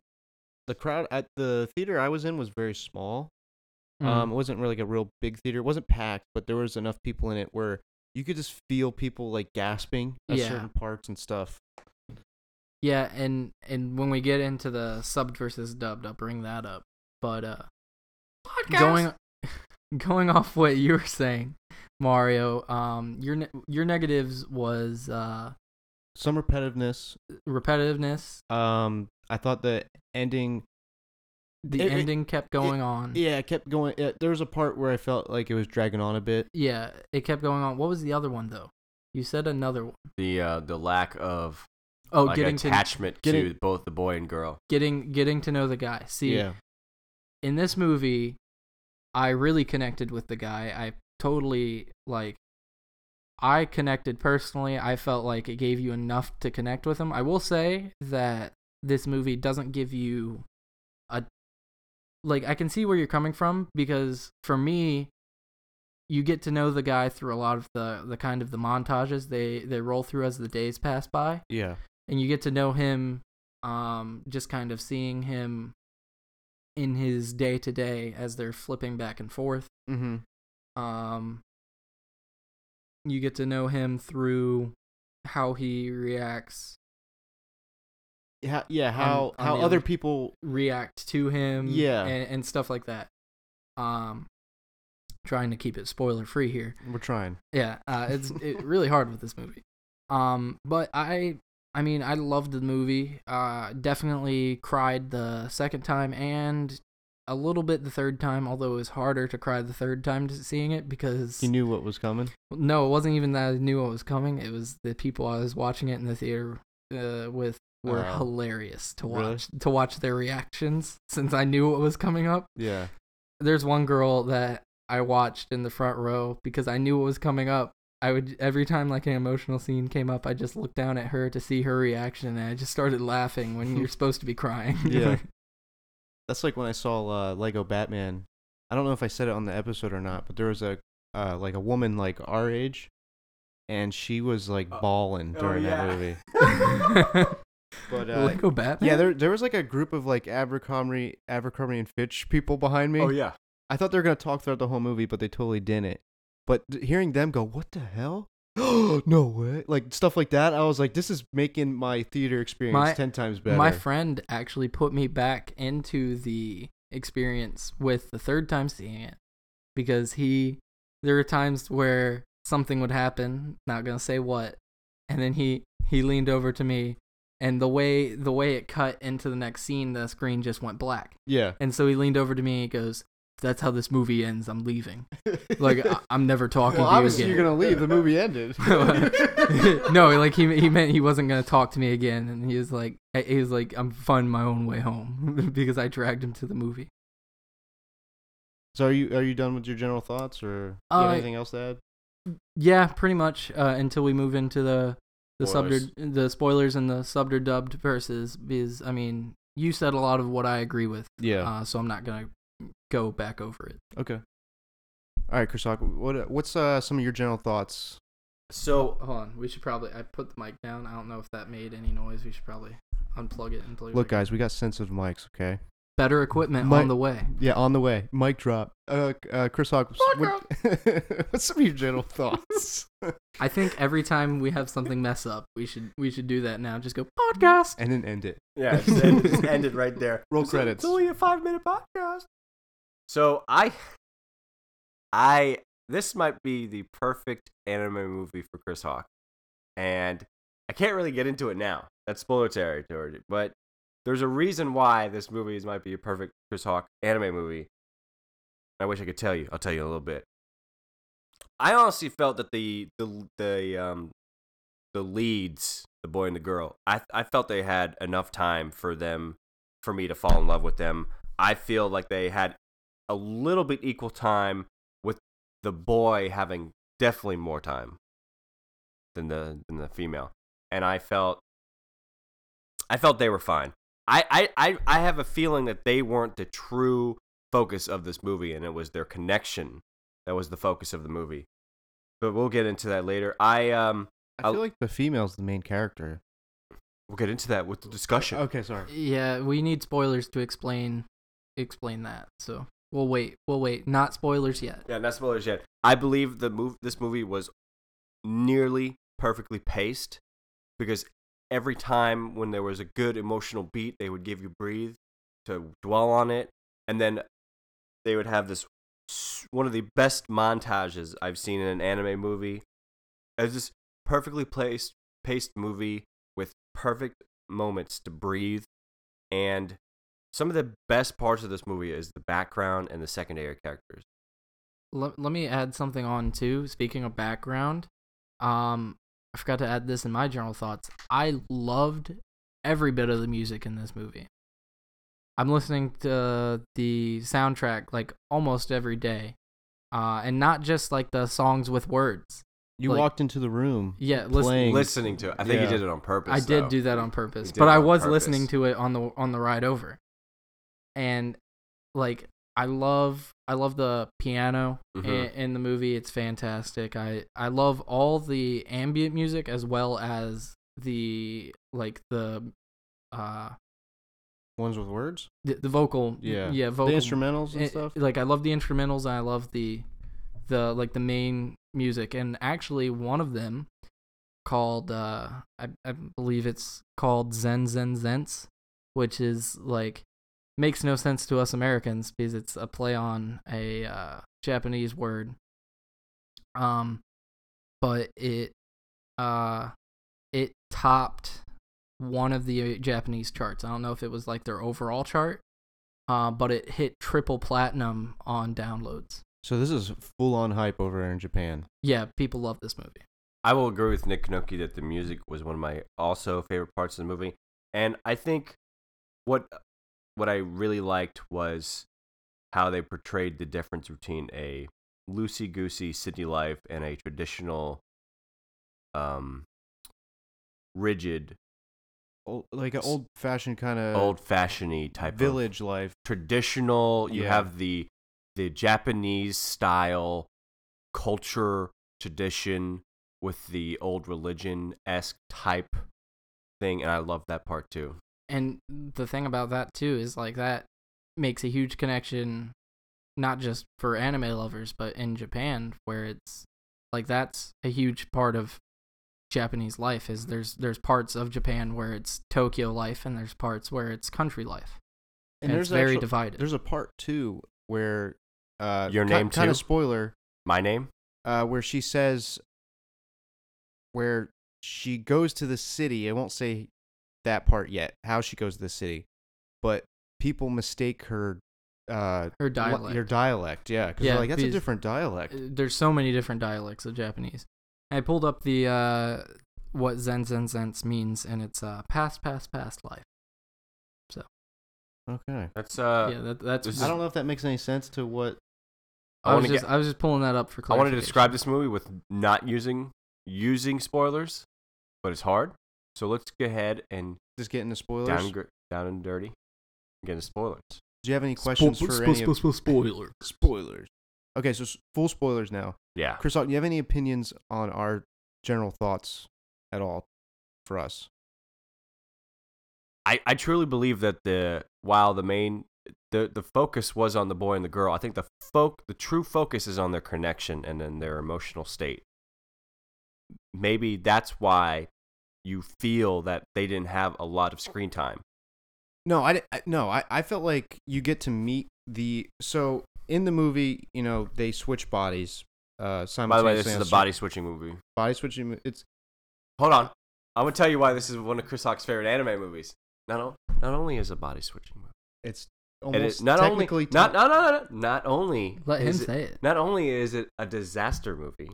S1: the crowd at the theater I was in was very small. Um, it wasn't really like a real big theater. It wasn't packed, but there was enough people in it where you could just feel people like gasping at
S4: Yeah.
S1: certain parts and stuff.
S4: yeah, and and when we get into the subbed versus dubbed, I'll bring that up. But uh, going going off what you were saying, Mario, um, your ne- your negatives was uh
S1: Some repetitiveness.
S4: repetitiveness.
S1: Um, I thought the ending.
S4: The
S1: It- it-
S4: ending kept going on.
S1: Yeah, it kept going. Yeah, there was a part where I felt like it was dragging on a bit.
S4: Yeah, it kept going on. What was the other one though? You said another one.
S3: the uh, the lack of
S4: Oh,
S3: like,
S4: getting
S3: attachment
S1: getting-
S3: to both the boy and girl.
S4: to getting getting to know the guy. See,
S1: yeah,
S4: in this movie, I really connected with the guy. I totally like I connected personally. I felt like it gave you enough to connect with him. I will say that this movie doesn't give you a like I can see where you're coming from because for me you get to know the guy through a lot of the the kind of the montages they they roll through as the days pass by
S1: yeah,
S4: and you get to know him um just kind of seeing him in his day to day as they're flipping back and forth
S1: mm-hmm.
S4: um you get to know him through how he reacts
S1: How, yeah, how
S4: on
S1: how
S4: the
S1: other
S4: other-
S1: people.
S4: react to him
S1: Yeah.
S4: and, and stuff like that um trying to keep it spoiler free here
S1: We're trying.
S4: Yeah, uh, it's it really hard with this movie. Um, but I, I mean, I loved the movie. Uh, definitely cried the second time and a little bit the third time. Although it was harder to cry the third time to seeing it because
S1: You knew what was coming.
S4: no, it wasn't even that I knew what was coming. It was the people I was watching it in the theater uh, with were
S1: Oh.
S4: hilarious to
S1: Really?
S4: watch to watch their reactions since I knew what was coming up
S1: Yeah.
S4: there's one girl that I watched in the front row because I knew what was coming up. I would every time like an emotional scene came up, I just looked down at her to see her reaction, and I just started laughing when you're supposed to be crying.
S1: Yeah. That's like when I saw uh, Lego Batman. I don't know if I said it on the episode or not, but there was a uh, like a woman like our age, and she was like
S3: Oh.
S1: bawling
S3: Oh,
S1: during
S3: yeah.
S1: that movie. But uh,
S4: Lego Batman.
S1: yeah, there there was like a group of like Abercrombie Abercrombie and Fitch people behind me.
S3: Oh yeah,
S1: I thought they were gonna talk throughout the whole movie, but they totally didn't. But th- hearing them go, "What the hell? no way!" Like stuff like that, I was like, "This is making my theater experience
S4: My-
S1: ten times better."
S4: My friend actually put me back into the experience with the third time seeing it because he there were times where something would happen, not going to say what, and then he he leaned over to me and the way the way it cut into the next scene the screen just went black.
S1: yeah,
S4: And so he leaned over to me and he goes, "That's how this movie ends. I'm leaving." Like I- I'm never talking
S1: well,
S4: to you
S1: obviously
S4: again.
S1: you're gonna leave. The movie ended.
S4: no, like he he meant he wasn't gonna talk to me again, and he was like he was like I'm finding my own way home because I dragged him to the movie.
S1: So are you are you done with your general thoughts, or you have
S4: Uh,
S1: anything else to add?
S4: Yeah, pretty much uh, until we move into the the
S3: Spoilers.
S4: subder the spoilers and the subder dubbed verses because I mean you said a lot of what I agree with,
S1: Yeah.
S4: uh, so I'm not gonna go back over it.
S1: okay. All right, Krisak, what what's uh, some of your general thoughts?
S3: so
S4: Hold on, we should probably I put the mic down. I don't know if that made any noise. We should probably unplug it and play.
S1: Look, guys, we got sensitive mics, okay?
S4: better equipment
S1: My-
S4: on the way.
S1: Yeah, on the way. Mic drop. Uh, uh Chris Hawk, what, what's some of your general thoughts?
S4: I think every time we have something mess up, we should we should do that now. Just go podcast.
S1: and then end it.
S3: yeah, it just, end, just ended right there.
S1: Roll
S3: It's-
S1: credits.
S3: It's only a five minute podcast. So I, I this might be the perfect anime movie for Chris Hawk, and I I can't really get into it now. That's spoiler territory. But there's a reason why this movie is, might be a perfect Chris Hawk anime movie. I wish I could tell you. I'll tell you in a little bit. I honestly felt that the the the um the leads, the boy and the girl, I I felt they had enough time for them for me to fall in love with them. I feel like they had a little bit equal time with the boy having definitely more time than the than the female. And I felt I felt they were fine. I, I, I, I have a feeling that they weren't the true focus of this movie and it was their connection that was the focus of the movie. But we'll get into that later. I um
S1: I feel
S3: I'll-
S1: like the female's the main character.
S3: we'll get into that with the discussion.
S1: Okay, sorry.
S4: Yeah, we need spoilers to explain explain that. So we'll wait. We'll wait. Not spoilers yet.
S3: Yeah, not spoilers yet. I believe the move this movie was nearly perfectly paced because every time when there was a good emotional beat, they would give you breathe to dwell on it, and then they would have this s- one of the best montages I've seen in an anime movie. It's this perfectly placed paced movie with perfect moments to breathe and some of the best parts of this movie is the background and the secondary characters.
S4: Let, let me add something on too. Speaking of background, um, I forgot to add this in my general thoughts. I loved every bit of the music in this movie. I'm listening to the soundtrack like almost every day, uh, and not just like the songs with words.
S1: You
S4: Like-
S1: walked into the room.
S4: Yeah, listen,
S1: Playing.
S3: listening to it. I think
S1: Yeah.
S3: he did it on purpose.
S4: I
S3: though.
S4: did do that on purpose,
S3: did
S4: but
S3: it
S4: I
S3: on
S4: was
S3: purpose.
S4: listening to it on the on the ride over, and like I love I love the piano i- in,
S3: Mhm.
S4: the movie. It's fantastic. I I love all the ambient music as well as the like the uh
S1: Ones with words.
S4: the, the vocal
S1: Yeah.
S4: yeah vocal
S1: The instrumentals and
S4: it-
S1: stuff.
S4: Eh, Like I love the instrumentals and I love the the like the main music and actually one of them called uh I, I believe it's called Zen Zen Zents, which is like makes no sense to us Americans because it's a play on a uh, Japanese word. Um but it uh it topped one of the uh, Japanese charts. I don't know if it was like their overall chart, uh, but it hit triple platinum on downloads.
S1: So this is full on hype over there in Japan.
S4: Yeah, people love this movie.
S3: I will agree with Nick Kanoki that the music was one of my also favorite parts of the movie, and I think what what I really liked was how they portrayed the difference between a loosey goosey city life and a traditional, um, rigid,
S1: Old, like an old fashioned kind of
S4: Uh,
S3: old fashioned type of
S1: village life.
S3: traditional. You
S1: Yeah.
S3: have the the Japanese style culture tradition with the old religion esque type thing, and I love that part too.
S4: And the thing about that too is like that makes a huge connection, not just for anime lovers, but in Japan where it's like that's a huge part of Japanese life. Is there's there's parts of Japan where it's Tokyo life, and there's parts where it's country life, and, it's very
S1: actual-
S4: divided.
S1: There's a part two where uh,
S3: Your name
S1: kind
S3: too?
S1: of spoiler
S3: My name?
S1: uh, where she says where she goes to the city. I won't say that part yet. How she goes to the city, but people mistake her uh,
S4: Her
S1: li-
S4: dialect.
S1: Your dialect, yeah, because
S4: Yeah,
S1: like that's a
S4: because-
S1: different dialect.
S4: there's so many different dialects of Japanese. I pulled up the uh, what Zen Zen Zens means, and it's uh, past, past, past life.
S1: Okay,
S3: That's uh.
S4: yeah, that, that's.
S3: this is-
S1: I don't know if that makes any sense to what.
S3: I
S4: I was
S3: wanna
S4: just
S3: get-
S4: I was just pulling that up for.
S3: I want to
S4: clarification.
S3: describe this movie with not using using spoilers, but it's hard. So let's go ahead and
S1: Just getting the spoilers.
S3: down gr- down and dirty. Get into spoilers.
S1: Do you have any questions for any of-
S4: spoiler.
S1: spoilers? Okay, so s- full spoilers now.
S3: Yeah.
S1: Chris, do you have any opinions on our general thoughts at all for us?
S3: I, I truly believe that the while the main the the focus was on the boy and the girl, I think the folk the true focus is on their connection and then their emotional state. Maybe that's why you feel that they didn't have a lot of screen time.
S1: No, I, di- I no, I, I felt like you get to meet the so in the movie, you know, they switch bodies. Uh,
S3: By the way,
S1: simultaneously
S3: this is
S1: on
S3: the
S1: s-
S3: body switching movie.
S1: body switching. It's
S3: Hold on, I'm gonna tell you why this is one of Chris Hawk's favorite anime movies. Not, o- not only is a body switching movie,
S1: It's
S3: and
S1: almost
S3: it- not only
S1: technically
S3: not, no, no, no, no. not only
S4: Let him
S3: is it,
S4: say it.
S3: not only is it a disaster movie,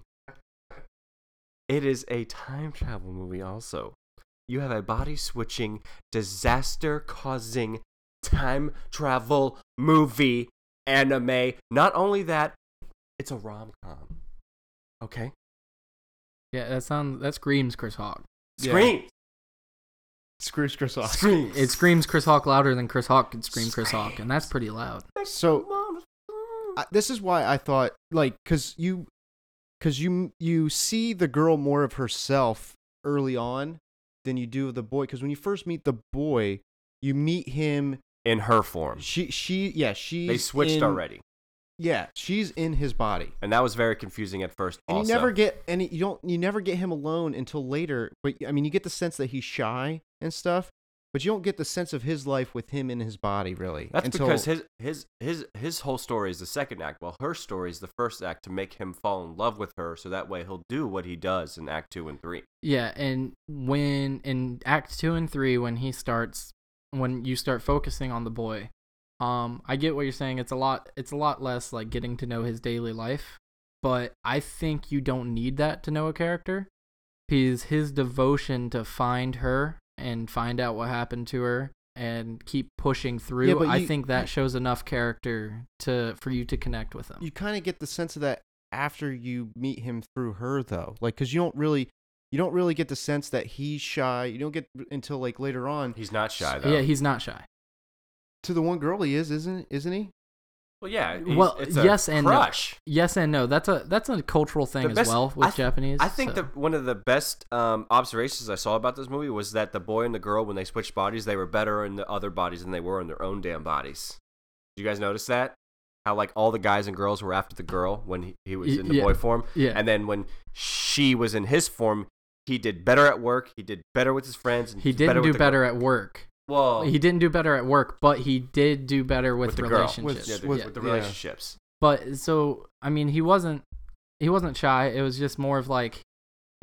S3: it is a time travel movie also. You have a body switching, disaster causing time travel movie anime. Not only that, it's a rom com. Okay?
S4: Yeah, that sounds that screams Chris Hawk.
S1: Yeah.
S3: Scream!
S1: screws Chris off.
S3: Scream!
S4: It screams Chris Hawk louder than Chris Hawk can scream Chris Hawk, and that's pretty loud.
S1: So I, this is why I thought like because you because you you see the girl more of herself early on than you do of the boy because when you first meet the boy you meet him
S3: In her form.
S1: she she yeah she
S3: Um, They switched already.
S1: yeah she's in his body
S3: And that was very confusing at first.
S1: and
S3: also.
S1: you never get any you don't you never get him alone until later but i mean you get the sense that he's shy and stuff but you don't get the sense of his life with him in his body really
S3: That's
S1: until
S3: because his his his his whole story is the second act, while her story is the first act to make him fall in love with her, so that way he'll do what he does in Act Two and Three.
S4: Yeah, and when in Act Two and Three, when he starts, when you start focusing on the boy, um, I get what you're saying. It's a lot. It's a lot less like getting to know his daily life, but I think you don't need that to know a character. Because his devotion to find her and find out what happened to her and keep pushing through.
S1: Yeah, but
S4: I
S1: you-
S4: think that shows enough character to for you to connect with him.
S1: you kind of get the sense of that after you meet him through her though like because you don't really you don't really get the sense that he's shy you don't get until like later on
S3: He's not shy though.
S4: yeah, he's not shy.
S1: to the one girl he is isn't isn't he
S3: well, yeah. he's-
S4: Well,
S3: it's a
S4: yes and no.
S3: crush.
S4: Yes and no. That's a that's a cultural thing
S3: The
S4: as
S3: best-
S4: well with
S3: I th-
S4: Japanese.
S3: I think the,
S4: so-
S3: one of the best um, observations I saw about this movie was that the boy and the girl, when they switched bodies, they were better in the other bodies than they were in their own damn bodies. Did you guys notice that? How like all the guys and girls were after the girl when he, he was
S4: Y-
S3: in the
S4: yeah.
S3: boy form,
S4: Yeah.
S3: and then when she was in his form, he did better at work. He did better with his friends. And
S4: He
S3: did better
S4: didn't do
S3: with the-
S4: better at work.
S3: Well,
S4: He didn't do better at work, but he did do better with,
S3: the girl.
S4: relationships.
S3: Yeah, the-
S1: With-
S3: with the
S1: yeah.
S3: relationships.
S4: But so I mean, he wasn't he wasn't shy. It was just more of like it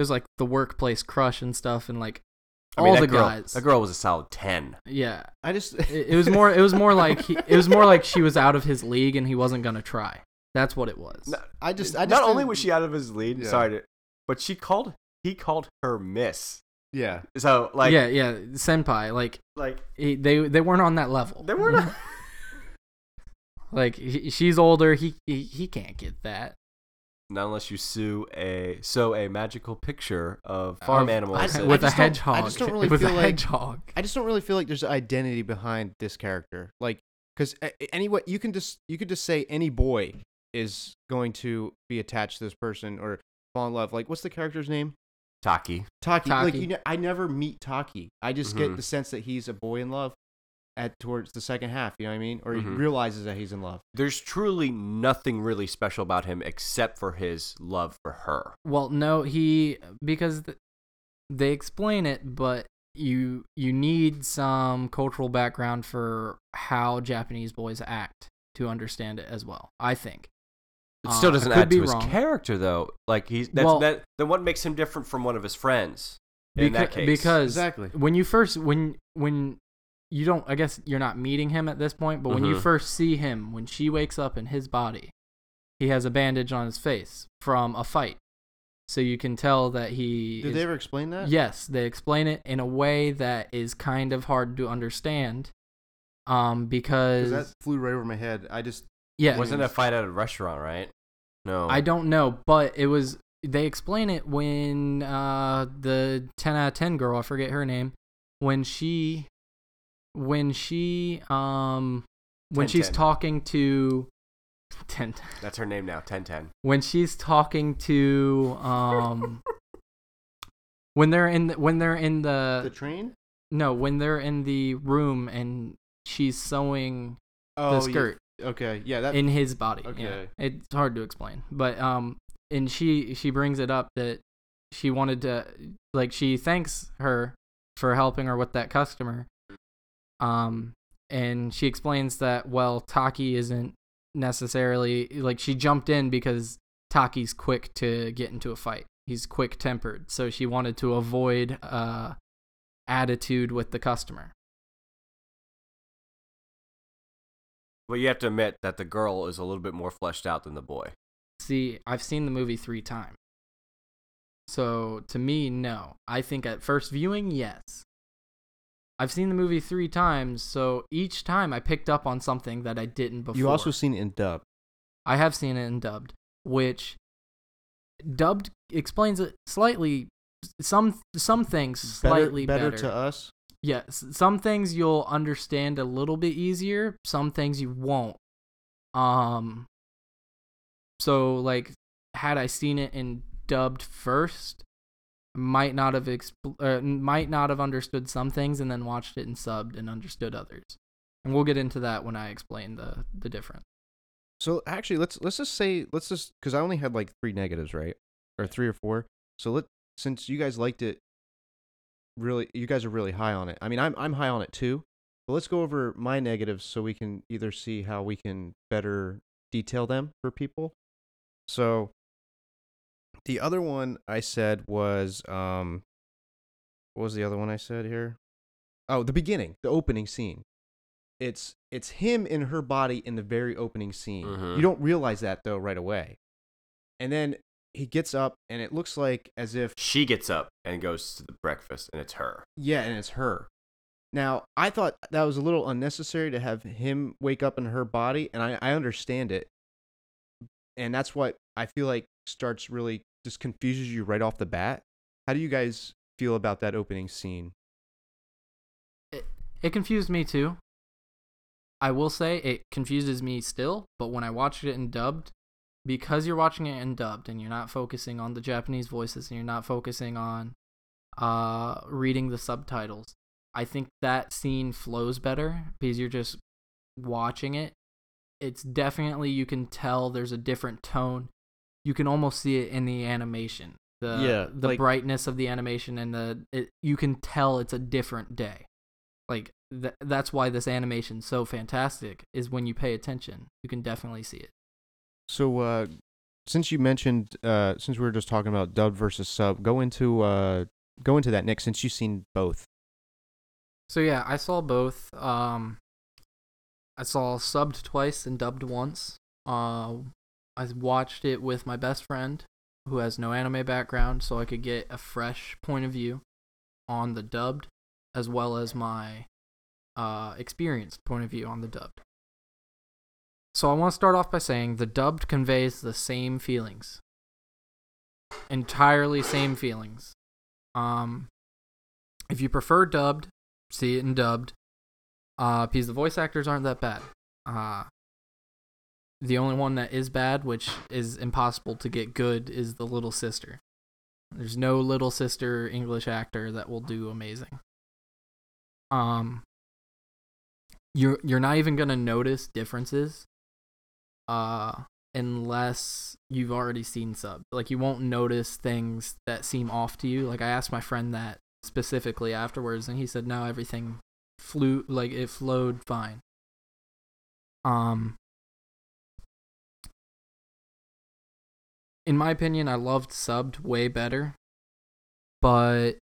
S4: was like the workplace crush and stuff, and like
S3: I mean,
S4: all
S3: that
S4: the
S3: girl,
S4: guys.
S3: That girl was a solid ten.
S4: Yeah,
S1: i just
S4: it, it was more it was more like he, it was more like she was out of his league and he wasn't gonna try. That's what it was.
S3: No,
S1: i just i just
S3: Not only
S1: didn't-
S3: was she out of his lead,
S1: Yeah.
S3: sorry, to, but she called. He called her Miss.
S1: yeah
S3: So like,
S4: yeah, yeah, senpai. Like
S3: like
S4: he, they they weren't on that level.
S3: they were not.
S4: like he, she's older. He, he he can't get that.
S3: not unless you sue a sew a magical picture of farm
S4: Of-
S3: animals.
S1: I-
S3: and-
S1: I
S4: with a
S1: just don't- I
S4: hedgehog.
S1: just don't really
S4: with
S1: feel
S4: a
S1: like-
S4: hedgehog.
S1: i just don't really feel like there's an identity behind this character like because anyway you can just you could just say any boy is going to be attached to this person or fall in love like what's the character's name
S3: Taki.
S1: Taki, Mm-hmm. like
S4: Taki.
S1: you know, I never meet Taki. I just
S3: Mhm.
S1: get the sense that he's a boy in love at towards the second half. You know what I mean? Or he
S3: Mhm.
S1: realizes that he's in love.
S3: There's truly nothing really special about him except for his love for her.
S4: Well, no, he because th- they explain it, but you you need some cultural background for how Japanese boys act to understand it as well. I think.
S3: It
S4: Uh,
S3: still
S4: I
S3: doesn't
S4: could
S3: add to
S4: be
S3: his
S4: wrong.
S3: character, though. Like he's that's,
S4: Well-
S3: that. Then what makes him different from one of his friends? In that
S4: Becau-
S3: case,
S4: because
S1: Exactly.
S4: when you first when when you don't i guess you're not meeting him at this point but when you
S3: Mhm.
S4: first see him when she wakes up in his body he has a bandage on his face from a fight so you can tell that he
S1: Did
S4: is-
S1: they ever explain that?
S4: yes they explain it in a way that is kind of hard to understand um
S1: 'Cause
S4: because
S1: that flew right over my head. I just
S4: yeah
S3: wasn't a fight at a restaurant, right? No,
S4: I don't know, but it was they explain it when uh the 10 out of 10 girl, I forget her name, when she when she um when
S3: 10,
S4: she's
S3: 10.
S4: talking to 10
S3: That's her name now. Ten ten.
S4: when she's talking to um when they're in the, when they're in
S1: the
S4: the
S1: train.
S4: no, when they're in the room and she's sewing
S1: Oh,
S4: the
S1: yeah.
S4: skirt
S1: Okay. Yeah. That.
S4: in his body. yeah.
S1: Okay.
S4: It's hard to explain, but um, and she she brings it up that she wanted to like she thanks her for helping her with that customer. Um, and she explains that well, Taki isn't necessarily like she jumped in because Taki's quick to get into a fight. he's quick tempered. So she wanted to avoid uh, attitude with the customer.
S3: But you have to admit that the girl is a little bit more fleshed out than the boy.
S4: See, I've seen the movie three times. So to me, no. I think at first viewing, yes. I've seen the movie three times, so each time I picked up on something that I didn't before.
S1: You also seen it in dub.
S4: I have seen it in dubbed, which dubbed explains it slightly. Some some things slightly
S1: better,
S4: better.
S1: better to us.
S4: Yes, some things you'll understand a little bit easier. Some things you won't. Um. So like, had I seen it in dubbed first, might not have expl- uh, might not have understood some things, and then watched it in subbed and understood others. And we'll get into that when I explain the the difference.
S1: So actually, let's let's just say let's just because I only had like three negatives, right, or three or four. So let since you guys liked it, really, you guys are really high on it. I mean, I'm I'm high on it too. But let's go over my negatives so we can either see how we can better detail them for people. So the other one I said was um, what was the other one I said here? Oh, the beginning, the opening scene it's it's him in her body in the very opening scene.
S3: Mhm.
S1: You don't realize that though right away. And then he gets up and it looks like as if
S3: She gets up and goes to the breakfast, and it's her.
S1: yeah, and it's her. Now, I thought that was a little unnecessary to have him wake up in her body, and I, I understand it. And that's what I feel like starts really just confuses you right off the bat. How do you guys feel about that opening scene?
S4: It confused me too. I will say it confuses me still, but when I watched it in dubbed, because you're watching it in dubbed and you're not focusing on the Japanese voices and you're not focusing on uh, reading the subtitles, I think that scene flows better because you're just watching it. It's definitely, you can tell there's a different tone. You can almost see it in the animation. The,
S1: Yeah,
S4: the
S1: like-
S4: brightness of the animation and the it, you can tell it's a different day like th- that's why this animation's so fantastic is when you pay attention you can definitely see it
S1: So, uh, since you mentioned, uh, since we were just talking about dub versus sub, go into uh, go into that Nick, since you've seen both.
S4: so yeah i saw both um i saw subbed twice and dubbed once uh i watched it with my best friend who has no anime background so i could get a fresh point of view on the dubbed as well as my uh experienced point of view on the dubbed so i want to start off by saying the dubbed conveys the same feelings entirely same feelings um if you prefer dubbed see it in dubbed uh because the voice actors aren't that bad uh the only one that is bad which is impossible to get good is the little sister there's no little sister english actor that will do amazing um you're you're not even gonna notice differences uh unless you've already seen sub like you won't notice things that seem off to you like i asked my friend that specifically afterwards and he said no everything flew like it flowed fine um in my opinion i loved subbed way better but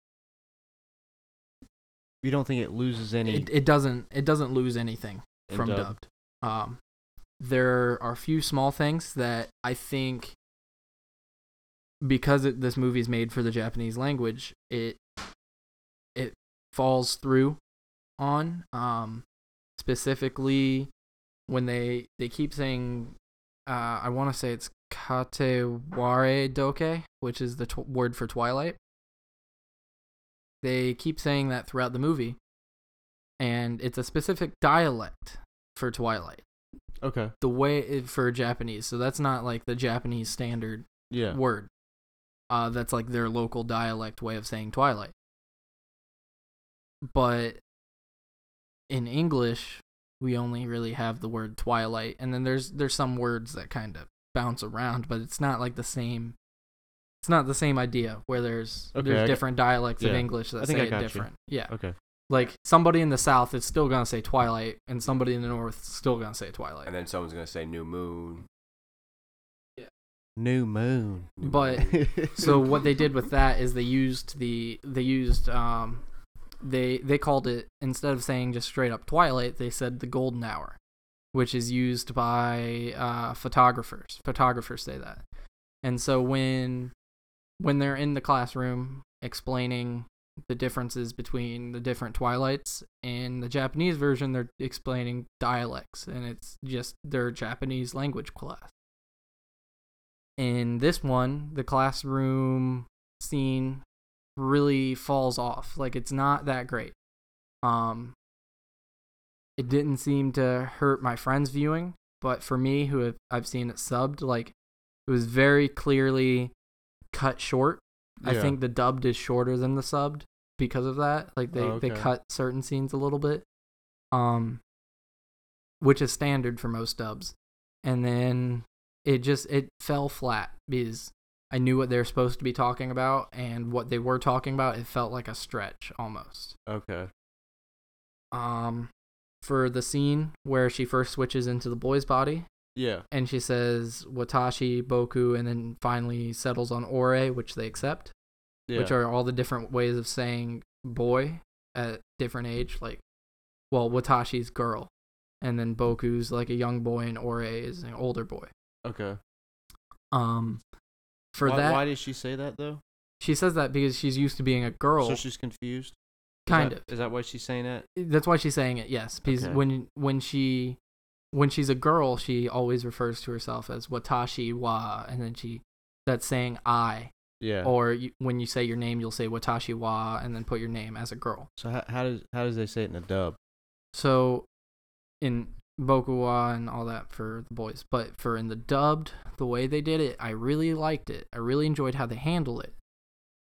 S1: You don't think it loses any?
S4: it, it doesn't it doesn't lose anything
S1: In
S4: from
S1: dub.
S4: dubbed. Um, there are a few small things that I think because it, this movie is made for the Japanese language, it it falls through on um, specifically when they they keep saying uh, I want to say it's kateware doke, which is the tw- word for twilight. They keep saying that throughout the movie, and it's a specific dialect for Twilight.
S1: okay.
S4: The way it, for Japanese, so that's not like the Japanese standard
S1: Yeah.
S4: word. Uh, that's like their local dialect way of saying Twilight. But in English, we only really have the word Twilight, and then there's there's some words that kind of bounce around, but it's not like the same. It's not the same idea where there's
S1: Okay, I
S4: there's
S1: got-
S4: different dialects of
S1: yeah.
S4: English that
S1: I think
S4: say
S1: I
S4: it
S1: got you.
S4: different. Yeah
S1: Okay.
S4: like somebody in the south is still gonna say twilight and somebody in the north is still gonna say twilight
S3: And then someone's gonna say new moon.
S1: New Moon.
S4: But so what they did with that is they used the they used um they they called it instead of saying just straight up twilight they said the golden hour which is used by uh, photographers photographers say that and so when when they're in the classroom explaining the differences between the different twilights in the japanese version they're explaining dialects and it's just their japanese language class in this one the classroom scene really falls off like it's not that great um it didn't seem to hurt my friends viewing but for me who have, i've seen it subbed like it was very clearly cut short i
S1: Yeah.
S4: think the dubbed is shorter than the subbed because of that like they,
S1: Oh,
S4: they
S1: okay.
S4: cut certain scenes a little bit um which is standard for most dubs and then it just it fell flat because I knew what they were supposed to be talking about and what they were talking about. It felt like a stretch almost.
S1: okay.
S4: Um, for the scene where she first switches into the boy's body
S1: Yeah.
S4: and she says Watashi, Boku, and then finally settles on Ore, which they accept,
S1: Yeah.
S4: which are all the different ways of saying boy at different age. Like, well, Watashi's girl, and then Boku's like a young boy, and Ore is an older boy.
S1: okay.
S4: Um, for
S1: why,
S4: that,
S1: why did she say that though?
S4: she says that because she's used to being a girl,
S1: So she's confused. Is
S4: kind
S1: that-
S4: of.
S1: Is that why she's saying that?
S4: That's why she's saying it. Yes, because
S1: Okay.
S4: when when she when she's a girl, she always refers to herself as Watashi wa, and then she that's saying I.
S1: Yeah.
S4: Or you, when you say your name, you'll say Watashi wa, and then put your name as a girl.
S1: So how, how does how does they say it in a dub?
S4: So in Boku wa and all that for the boys, but for in the dubbed, the way they did it, I really liked it. I really enjoyed how they handle it.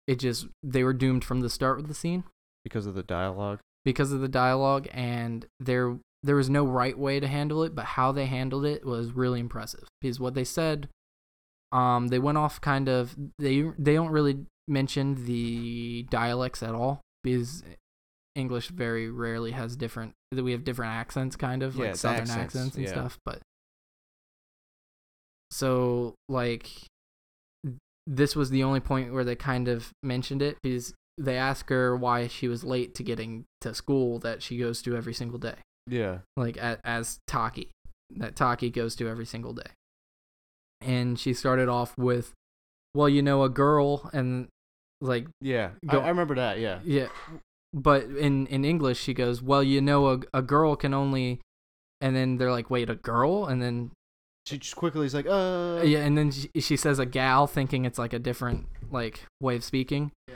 S4: It just they were doomed from the start with the scene.
S1: Because of the dialogue.
S4: because of the dialogue and there there was no right way to handle it but how they handled it was really impressive because what they said um they went off kind of they they don't really mention the dialects at all because english very rarely has different that we have different accents kind of
S1: Yeah,
S4: like
S1: it's
S4: southern accents,
S1: accents,
S4: and
S1: yeah.
S4: stuff but so like this was the only point where they kind of mentioned it because they ask her why she was late to getting to school that she goes to every single day
S1: Yeah.
S4: like at, as Taki, that Taki goes to every single day. And she started off with, well, you know, a girl, and like,
S1: Yeah.
S4: Go-
S1: I, I remember that. Yeah.
S4: yeah, but in in English she goes, well, you know, a a girl can only, and then they're like, wait, a girl, and then
S1: She just quickly is like, uh.
S4: yeah, and then she, she says a gal, thinking it's like a different like way of speaking. Yeah.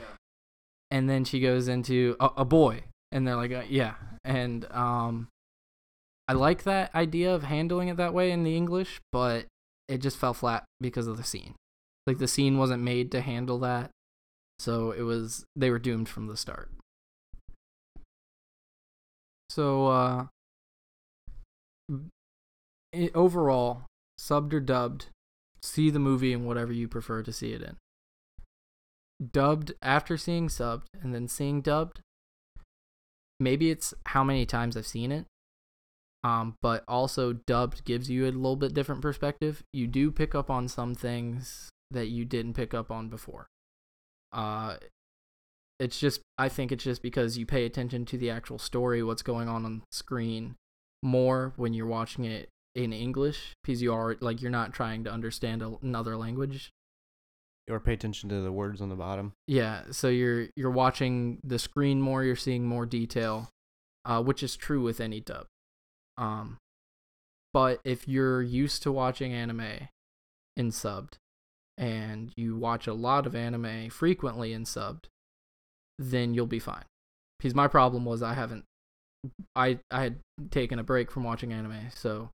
S4: And then she goes into a, a boy, and they're like, uh, yeah. And um, I like that idea of handling it that way in the English, but it just fell flat because of the scene. Like the scene wasn't made to handle that, so it was they were doomed from the start. So uh, i overall, subbed or dubbed, see the movie in whatever you prefer to see it in. Dubbed after seeing subbed and then seeing dubbed, maybe it's how many times I've seen it. Um, but also dubbed gives you a little bit different perspective. You do pick up on some things that you didn't pick up on before. Uh, it's just I think it's just because you pay attention to the actual story, what's going on on screen, more when you're watching it in English because you are like you're not trying to understand a- another language.
S1: Or pay attention to the words on the bottom.
S4: Yeah, so you're you're watching the screen more, you're seeing more detail, uh, which is true with any dub. Um, but if you're used to watching anime in subbed, and you watch a lot of anime frequently in subbed, then you'll be fine. Because my problem was I haven't, I I had taken a break from watching anime, so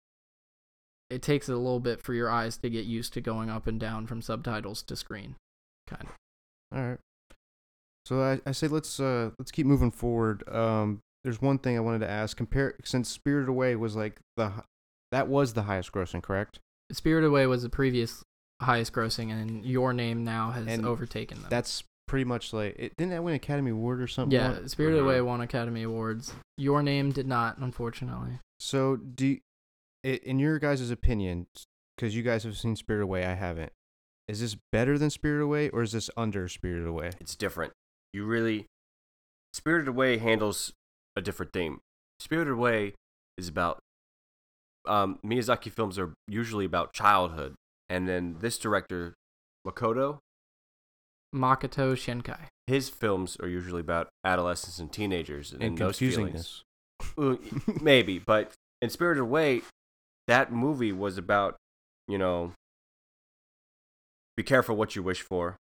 S4: it takes a little bit for your eyes to get used to going up and down from subtitles to screen, kind of.
S1: All right. So I, I say let's uh let's keep moving forward. Um, there's one thing I wanted to ask. Compare since Spirited Away was like the hi- that was the highest grossing, correct?
S4: Spirit Away was the previous highest grossing, and Your Name now has
S1: And
S4: overtaken them.
S1: That's pretty much like it. Didn't that win Academy Award or something?
S4: yeah, Spirit
S3: Mhm.
S4: Away won Academy Awards. Your Name did not, unfortunately.
S1: So do, you, i- in your guys' opinion, because you guys have seen Spirit Away, I haven't. is this better than Spirited Away or is this under Spirited Away?
S3: It's different. You really Spirited Away handles a different theme. Spirited Away is about um, Miyazaki films are usually about childhood, and then this director Makoto,
S4: Makoto Shinkai.
S3: his films are usually about adolescents and teenagers and,
S1: And
S3: those
S1: confusing
S3: feelings.
S1: this.
S3: Well, maybe, but in Spirited Away, that movie was about, you know, be careful what you wish for.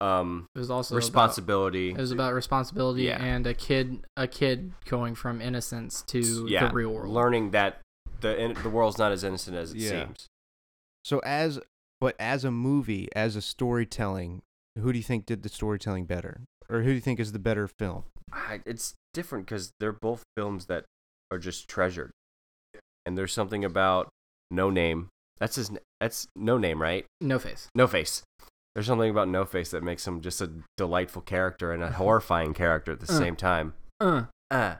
S3: Um,
S4: It was also about-
S3: responsibility.
S4: it was about responsibility
S3: Yeah.
S4: and a kid, a kid going from innocence to
S3: yeah,
S4: the real world.
S3: learning that the in, the world's not as innocent as it
S1: Yeah.
S3: seems.
S1: So as but as a movie, as a storytelling, who do you think did the storytelling better? Or who do you think is the better film?
S3: I, it's different because they're both films that are just treasured, and there's something about No Name. That's his. n- That's No Name, right?
S4: No face.
S3: No Face. There's something about No Face that makes him just a delightful character and a horrifying character at the
S4: Uh.
S3: same time.
S4: Uh,
S3: Uh,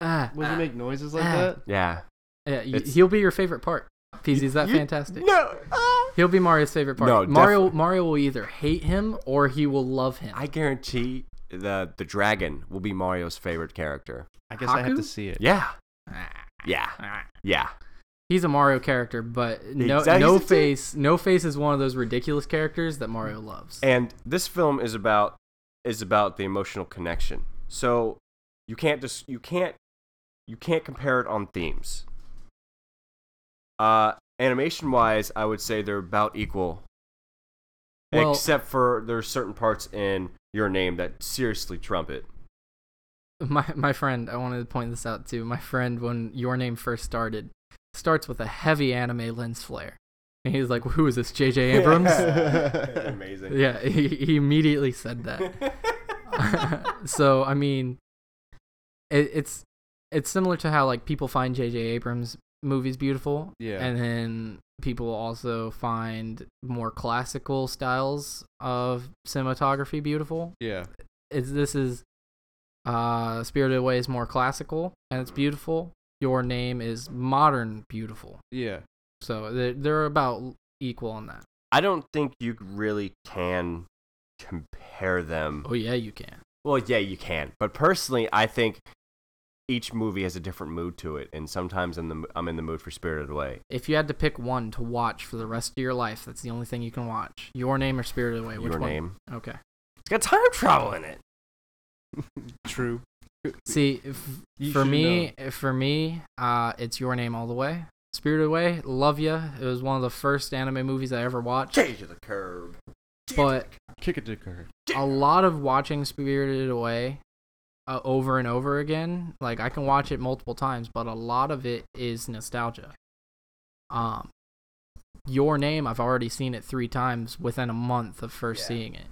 S4: ah,
S1: Will he make noises
S4: like Ah. that?
S3: yeah.
S4: yeah, y-
S3: It's-
S4: he'll be your favorite part. Peasy, is that
S3: You-
S4: fantastic?
S3: No. ah!
S4: He'll be Mario's favorite part.
S3: No,
S4: Mario Mario will either hate him or he will love him.
S3: I guarantee the the dragon will be Mario's favorite character.
S1: I guess I have
S4: Haku?
S1: to see it.
S3: Yeah. Yeah. Yeah.
S4: He's a Mario character, but no
S3: Exactly.
S4: no face no face is one of those ridiculous characters that Mario loves.
S3: And this film is about is about the emotional connection. So you can't just you can't you can't compare it on themes. Uh animation wise, I would say they're about equal.
S4: Well-
S3: except for there's certain parts in your name that seriously trump it.
S4: my my friend, I wanted to point this out too. My friend, when your name first started, starts with a heavy anime lens flare, and he's like, "Who is this, J.J. Abrams?"
S3: Amazing.
S4: yeah, he, he immediately said that. so I mean, it, it's it's similar to how like people find J.J. Abrams movies beautiful,
S1: Yeah.
S4: and then people also find more classical styles of cinematography beautiful.
S1: Yeah.
S4: It's this is uh Spirited Away is more classical and it's beautiful. Your name is modern beautiful,
S1: Yeah.
S4: so they're, they're about equal on that.
S3: I don't think you really can compare them.
S4: Oh yeah, you can.
S3: Well, yeah, you can. But personally, I think each movie has a different mood to it, and sometimes I'm, the, I'm in the mood for Spirited Away.
S4: If you had to pick one to watch for the rest of your life, that's the only thing you can watch. Your name or Spirited Away? Which
S3: Your
S4: one?
S3: name.
S4: Okay.
S3: It's got time travel in it.
S1: True.
S4: See, if,
S1: You
S4: for
S1: should
S4: me, for me, uh, it's your name all the way. Spirited Away, love ya. It was one of the first anime movies I ever watched.
S3: Change to the curb.
S4: But
S1: Kick it to her.
S4: a lot of watching Spirited Away uh, over and over again, like I can watch it multiple times, but a lot of it is nostalgia. Um, Your Name, I've already seen it three times within a month of first seeing it.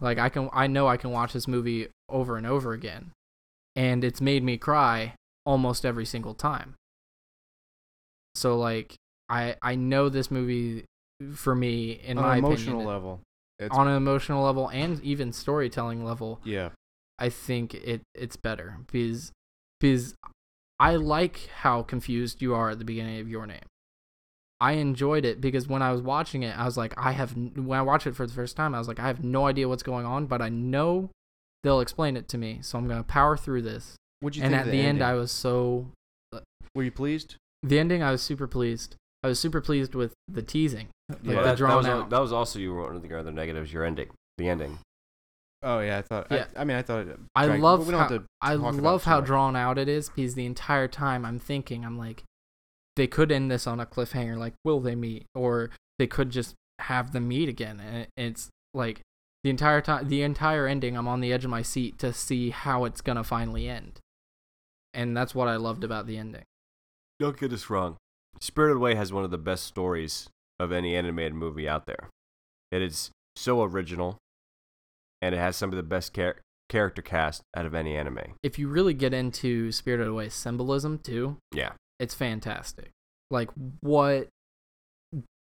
S4: Like I can, I know I can watch this movie over and over again, and it's made me cry almost every single time. So like I, I know this movie for me in
S1: On
S4: my
S1: an emotional
S4: opinion,
S1: level. It's,
S4: on an emotional level and even storytelling level,
S1: yeah.
S4: I think it it's better because because I like how confused you are at the beginning of your name. I enjoyed it because when I was watching it, I was like, I have n- when I watched it for the first time, I was like, I have no idea what's going on, but I know they'll explain it to me, so I'm gonna power through this.
S1: What'd you
S4: And
S1: think
S4: at
S1: of the
S4: the, end,
S1: ending?
S4: I was so
S1: Were you pleased?
S4: the ending. I was super pleased. I was super pleased with the teasing, like
S1: Yeah.
S4: the
S3: that,
S4: drawn
S3: was, al-
S4: out.
S3: that was also you were one of the other negatives, your ending. The ending.
S1: Oh yeah, I thought.
S4: Yeah.
S1: I, I mean, I thought. It
S4: I
S1: drank-
S4: love
S1: but we don't
S4: how,
S1: have to
S4: I
S1: talk about
S4: love
S1: it too
S4: how
S1: much.
S4: drawn out it is because the entire time I'm thinking I'm like they could end this on a cliffhanger like will they meet or they could just have them meet again and it- it's like the entire time the entire ending I'm on the edge of my seat to see how it's going to finally end. And that's what I loved about the ending.
S3: Don't get us wrong. Spirited Away has one of the best stories of any animated movie out there. It is so original, and it has some of the best char- character cast out of any anime.
S4: If you really get into Spirited Away symbolism too,
S3: Yeah.
S4: it's fantastic. Like what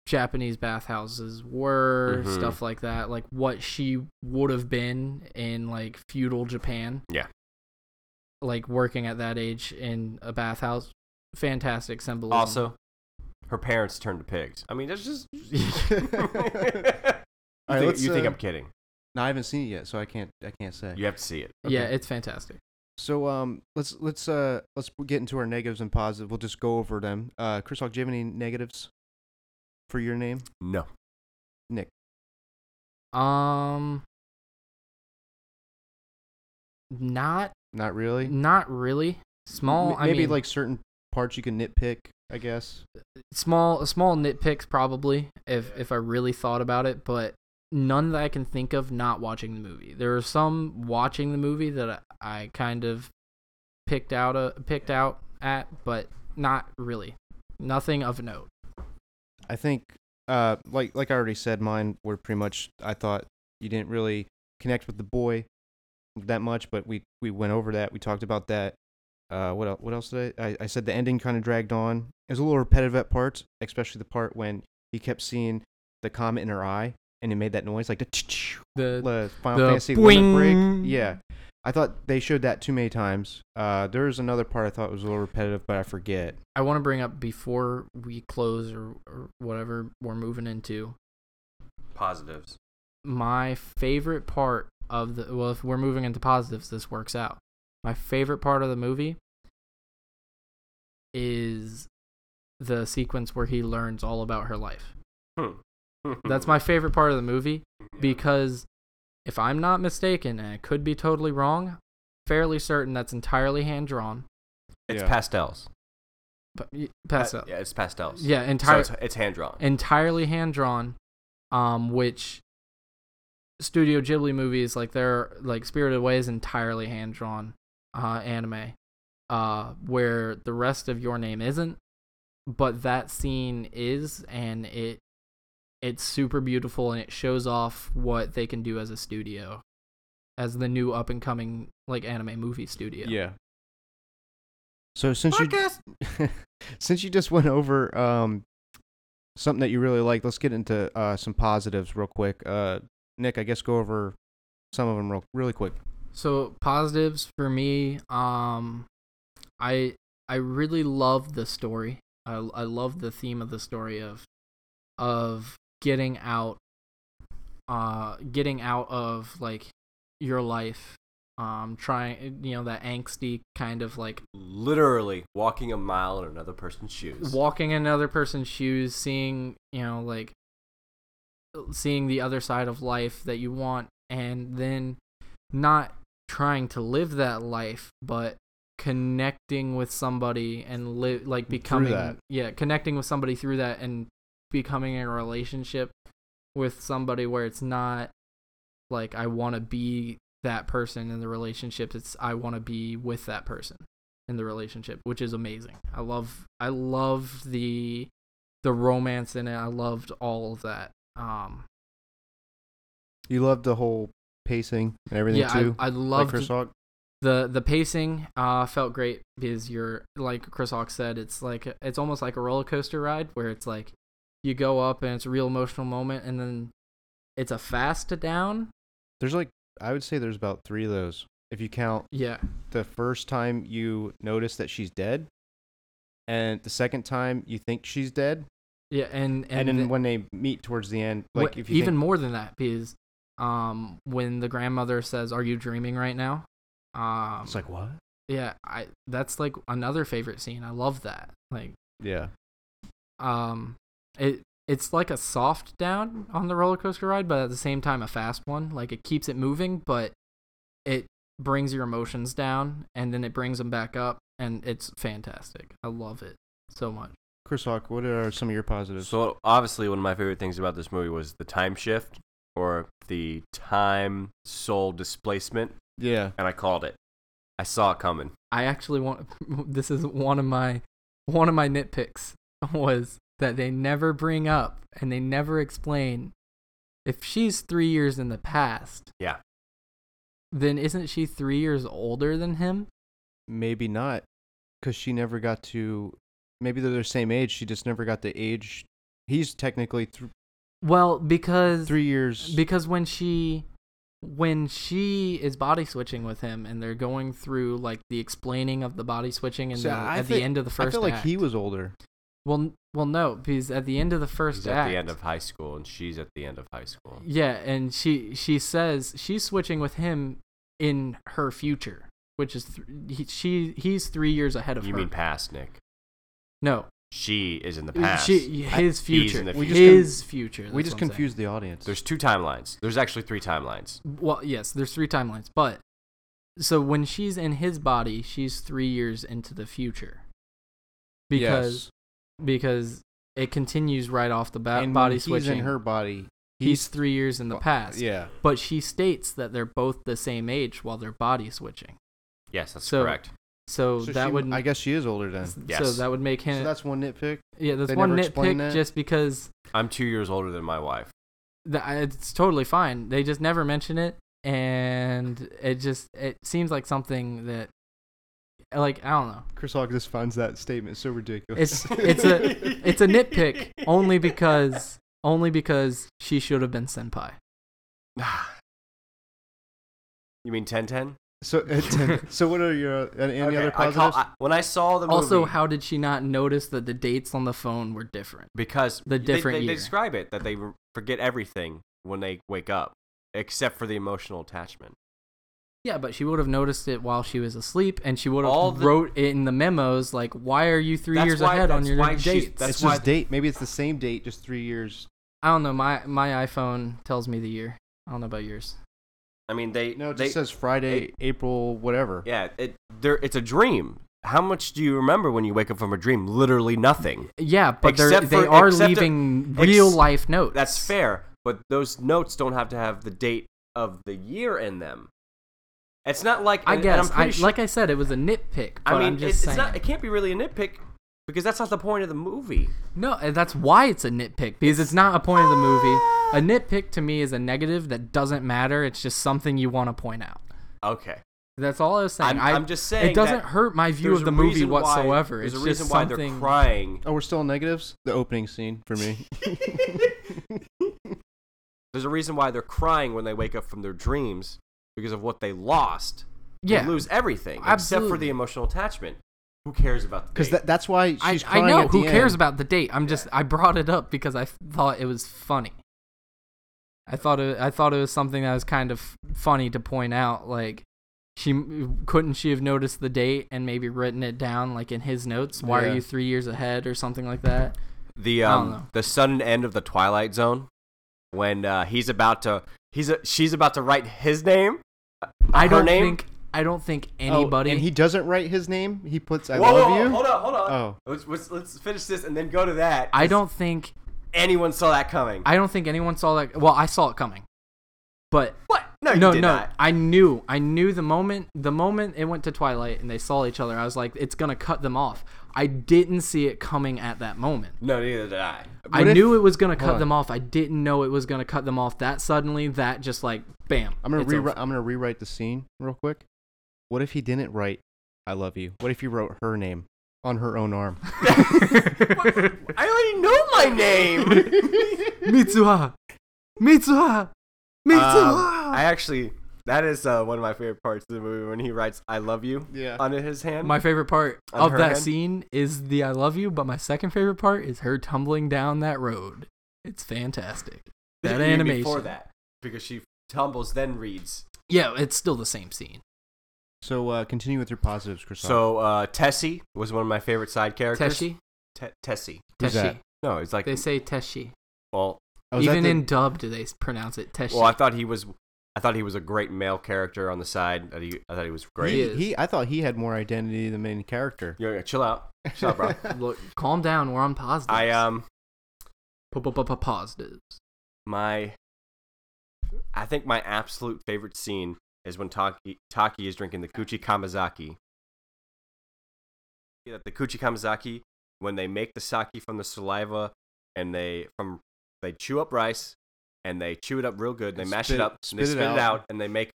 S4: Japanese bathhouses were,
S1: Mm-hmm.
S3: Mhm.
S4: stuff like that. Like what she would have been in like feudal Japan.
S3: Yeah.
S4: Like working at that age in a bathhouse, fantastic symbolism.
S3: Also, her parents turned to pigs. I mean, that's just. you
S1: All right,
S3: think,
S1: let's,
S3: you think
S1: uh,
S3: I'm kidding?
S1: No, I haven't seen it yet, so I can't. I can't say.
S3: You have to see it.
S4: Yeah,
S1: Okay.
S4: it's fantastic.
S1: So um, let's let's uh let's get into our negatives and positives. We'll just go over them. Uh, Chris, Hawk, do you have any negatives for your name?
S3: No.
S4: Um, not
S1: Not really.
S4: not really small.
S1: M-
S4: I
S1: maybe
S4: mean,
S1: like certain parts you can nitpick. I guess.
S4: small small nitpicks probably if if I really thought about it, but none that I can think of not watching the movie. There are some watching the movie that I, I kind of picked out a, picked out at, but not really. Nothing of note.
S1: I think uh like like I already said, mine were pretty much. I thought you didn't really connect with the boy that much, but we we went over that. We talked about that. Uh, what else? What else did I? I, I said the ending kind of dragged on. It was a little repetitive at parts, especially the part when he kept seeing the comet in her eye, and it made that noise like the
S4: The
S1: the Final
S4: the
S1: Fantasy limit
S4: boing.
S1: break. Yeah, I thought they showed that too many times. Uh, there was another part I thought was a little repetitive, but I forget.
S4: I want to bring up before we close or, or whatever we're moving into.
S3: Positives.
S4: My favorite part of the well, if we're moving into positives, this works out. My favorite part of the movie is the sequence where he learns all about her life.
S3: Hmm. Mm.
S4: That's my favorite part of the movie because if I'm not mistaken, and I could be totally wrong, fairly certain that's entirely hand drawn.
S3: It's
S1: Yeah.
S3: pastels.
S4: But pass
S3: Uh,
S4: up.
S3: Yeah, it's pastels.
S4: Yeah,
S3: So
S4: entire
S3: it's, it's hand drawn.
S4: entirely hand drawn, um, which Studio Ghibli movies like they're like Spirited Away is entirely hand drawn uh, anime, uh, where the rest of Your Name isn't, but that scene is, and it it's super beautiful and it shows off what they can do as a studio, as the new up and coming like anime movie studio.
S1: So since you since you just went over um, something that you really like, let's get into uh, some positives real quick. Uh, Nick, I guess go over some of them real really quick.
S4: So positives for me, um, I I really love the story. I I love the theme of the story of of getting out, uh, getting out of like your life, um, trying you know that angsty kind of like
S3: Literally walking a mile in another person's shoes.
S4: walking in another person's shoes, seeing you know like seeing the other side of life that you want, and then not trying to live that life, but connecting with somebody and live like becoming
S1: that.
S4: yeah connecting with somebody through that and becoming a relationship with somebody where it's not like I want to be that person in the relationship it's I want to be with that person in the relationship which is amazing I love I love the the romance in it I loved all of that um
S1: You loved the whole pacing and everything
S4: yeah
S1: too.
S4: I, I
S1: like
S4: loved
S1: Chris Hawk.
S4: the the pacing uh felt great because you're like Chris Hawk said it's like it's almost like a roller coaster ride where it's like you go up and it's a real emotional moment and then it's a fast to down
S1: There's like I would say there's about three of those if you count
S4: yeah
S1: the first time you notice that she's dead, and the second time you think she's dead,
S4: yeah and
S1: and,
S4: and,
S1: then
S4: th-
S1: when they meet towards the end,
S4: wh-
S1: like if you
S4: even
S1: think,
S4: more than that because um when the grandmother says are you dreaming right now um
S1: it's like what?
S4: yeah I that's like another favorite scene I love that like
S1: Yeah,
S4: um it it's like a soft down on the roller coaster ride but at the same time a fast one like it keeps it moving but it brings your emotions down and then it brings them back up and it's fantastic i love it so much
S1: Chris Hawk. What are some of your positives?
S3: So obviously, one of my favorite things about this movie was the time shift or the time soul displacement,
S1: yeah,
S3: and I called it. I saw it coming.
S4: i actually want this is one of my one of my nitpicks was that they never bring up and they never explain if she's 3 years in the past
S3: Yeah.
S4: then isn't she 3 years older than him
S1: maybe not because she never got to maybe they're the same age she just never got the age he's technically th-
S4: well because
S1: three years
S4: because when she when she is body switching with him and they're going through like the explaining of the body switching and
S1: So
S4: the,
S1: I
S4: at
S1: thi-
S4: the end of the
S1: i
S4: first
S1: feel like he
S4: act,
S1: was older
S4: Well, n- well, no, because at the end of the first
S3: He's
S4: act,
S3: at the end of high school, and she's at the end of high school.
S4: yeah, and she she says she's switching with him in her future, which is th- he, she he's three years ahead of
S3: You
S4: her.
S3: mean past, Nick?
S4: No,
S3: She is in the past.
S4: she his
S3: I- he's
S4: future,
S3: in the
S1: We just
S3: future.
S4: his future.
S1: we
S4: that's
S1: just
S4: what I'm saying.
S1: confused the audience.
S3: There's two timelines. There's actually three timelines.
S4: Well, yes, there's three timelines, but so when she's in his body, she's three years into the future because because it continues right off the bat.
S1: and when
S4: body
S1: he's
S4: switching.
S1: in her body.
S4: he's, three years in the past.
S1: Yeah.
S4: but she states that they're both the same age while they're body switching.
S3: Yes, that's
S4: So-
S3: correct.
S4: So,
S1: So
S4: that
S1: she-
S4: would
S1: I guess she is older then.
S4: so
S3: Yes.
S4: that would make him.
S1: So that's one nitpick.
S4: yeah, that's
S1: they
S4: one
S1: never explain
S4: nitpick
S1: that?
S4: just because
S3: I'm two years older than my wife.
S4: the, I- it's totally fine. They just never mention it, and it just it seems like something that like I don't know.
S1: Chris Hawk just finds that statement so ridiculous.
S4: It's it's a it's a nitpick only because only because she should have been senpai.
S3: You mean 1010?
S1: so it's- so what are your uh, any, any other
S3: I
S1: positives?
S3: call, I, when I saw the movie,
S4: Also, how did she not notice that the dates on the phone were different?
S3: because
S4: the
S3: they-
S4: different
S3: they, they
S4: year.
S3: describe it that they re- forget everything when they wake up, except for the emotional attachment.
S4: Yeah, but she would have noticed it while she was asleep, and she would have
S3: All the-
S4: wrote it in the memos like, "Why are you three
S3: That's
S4: years
S3: why-
S4: ahead on
S3: that's
S4: your
S3: why she's-
S4: dates?"
S3: that's
S1: it's
S3: why-
S1: just date. Maybe it's the same date, just three years.
S4: I don't know. My my iPhone tells me the year. I don't know about yours.
S3: I mean, they
S1: No, it
S3: they
S1: just says Friday, April, whatever.
S3: yeah, it there it's a dream. How much do you remember when you wake up from a dream? Literally nothing.
S4: Yeah, but they're,
S3: Except
S4: they
S3: for-
S4: are
S3: except-
S4: leaving
S3: ex-
S4: real life notes.
S3: That's fair, but those notes don't have to have the date of the year in them. It's not like
S4: I
S3: and- and
S4: guess.
S3: I'm
S4: I,
S3: pretty sure-
S4: Like I said, it was a nitpick.
S3: I
S4: But
S3: mean,
S4: am
S3: it, it's
S4: just saying.
S3: not. It can't be really a nitpick because that's not the point of the movie.
S4: No, and that's why it's a nitpick because it's not a point of the movie.
S3: Ah.
S4: A nitpick to me is a negative that doesn't matter. It's just something you want to point out.
S3: Okay.
S4: That's all I was saying.
S3: I'm-
S4: I-
S3: I'm just saying
S4: it doesn't
S3: that
S4: hurt my view
S3: There's
S4: of
S3: a
S4: the movie
S3: reason why-
S4: whatsoever.
S3: there's
S4: it's
S3: a reason
S4: just
S3: why
S4: something.
S3: they're crying.
S1: Oh, we're still on negatives. The opening scene for me.
S3: There's a reason why they're crying when they wake up from their dreams because of what they lost.
S4: Yeah,
S3: They lose everything except for
S4: Absolutely.
S3: the emotional attachment. Who cares about the
S1: Because
S3: date?
S1: that, that's why she's
S4: I, I
S1: crying
S4: know.
S1: at the
S4: Who cares
S1: end.
S4: about the date? I'm just. I brought it up because I thought it was funny. I thought it. I thought it was something that was kind of funny to point out. Like, she couldn't she have noticed the date and maybe written it down like in his notes? Why
S1: Yeah.
S4: are you three years ahead or something like that?
S3: the
S4: I don't know.
S3: um the sudden end of the Twilight Zone when uh, he's about to he's a, she's about to write his name. uh,
S4: I
S3: her
S4: don't
S3: name.
S4: think. I don't think
S1: Oh,
S4: anybody.
S1: and he doesn't write his name. He puts I
S3: Whoa,
S1: love
S3: whoa, whoa,
S1: you.
S3: Hold on, hold on.
S1: Oh.
S3: Let's, let's, let's finish this and then go to that.
S4: I don't think.
S3: Anyone saw that coming?
S4: I don't think anyone saw that. Well, I saw it coming, but
S3: what? No, you
S4: no,
S3: did
S4: no.
S3: not.
S4: I knew. I knew the moment the moment it went to Twilight and they saw each other, I was like, it's gonna cut them off. I didn't see it coming at that moment.
S3: No, neither did I.
S1: What
S4: I
S1: if-
S4: knew it was gonna cut
S1: on.
S4: them off. I didn't know it was gonna cut them off that suddenly, that just like bam.
S1: I'm gonna
S4: it's
S1: rewrite.
S4: over.
S1: I'm gonna rewrite the scene real quick. What if he didn't write I love you? What if he wrote her name on her own arm?
S3: I already know my name.
S4: Mitsuha! Mitsuha! Mitsuha!
S3: Um, I actually, that is uh, one of my favorite parts of the movie when he writes "I love you"
S1: Yeah.
S3: on his hand.
S4: my favorite part
S3: On
S4: of
S3: her
S4: that
S3: hand?
S4: scene is the I love you, but my second favorite part is her tumbling down that road. It's fantastic. That
S3: Even
S4: animation.
S3: before that, because she tumbles then reads.
S4: Yeah, it's still the same scene.
S1: So uh, continue with your positives, Chris.
S3: So uh, Tessie was one of my favorite side characters.
S4: Teshi?
S3: Te- Tessie.
S1: Who's
S4: Teshi.
S1: that?
S3: No, it's like
S4: They say Teshi.
S3: well,
S1: Oh, is that
S4: Even
S1: the-
S4: in dub, do they pronounce it Teshi?
S3: well, I thought he was. I thought he was a great male character on the side. That he, I thought he was great.
S1: he,
S4: is.
S1: he- I thought he had more identity than main character.
S3: Yo, yo, chill out, chill out, bro.
S4: Look, calm down. We're on positives.
S3: I um,
S4: Positives.
S3: my I think my absolute favorite scene is when Taki Taki is drinking the Kuchi Kamazaki. Yeah, the Kuchi Kamazaki when they make the sake from the saliva and they from they chew up rice and they chew it up real good, they
S1: And
S3: mash
S1: spit-
S3: it up, and they
S1: spit it
S3: spit it out.
S1: out.
S3: and they make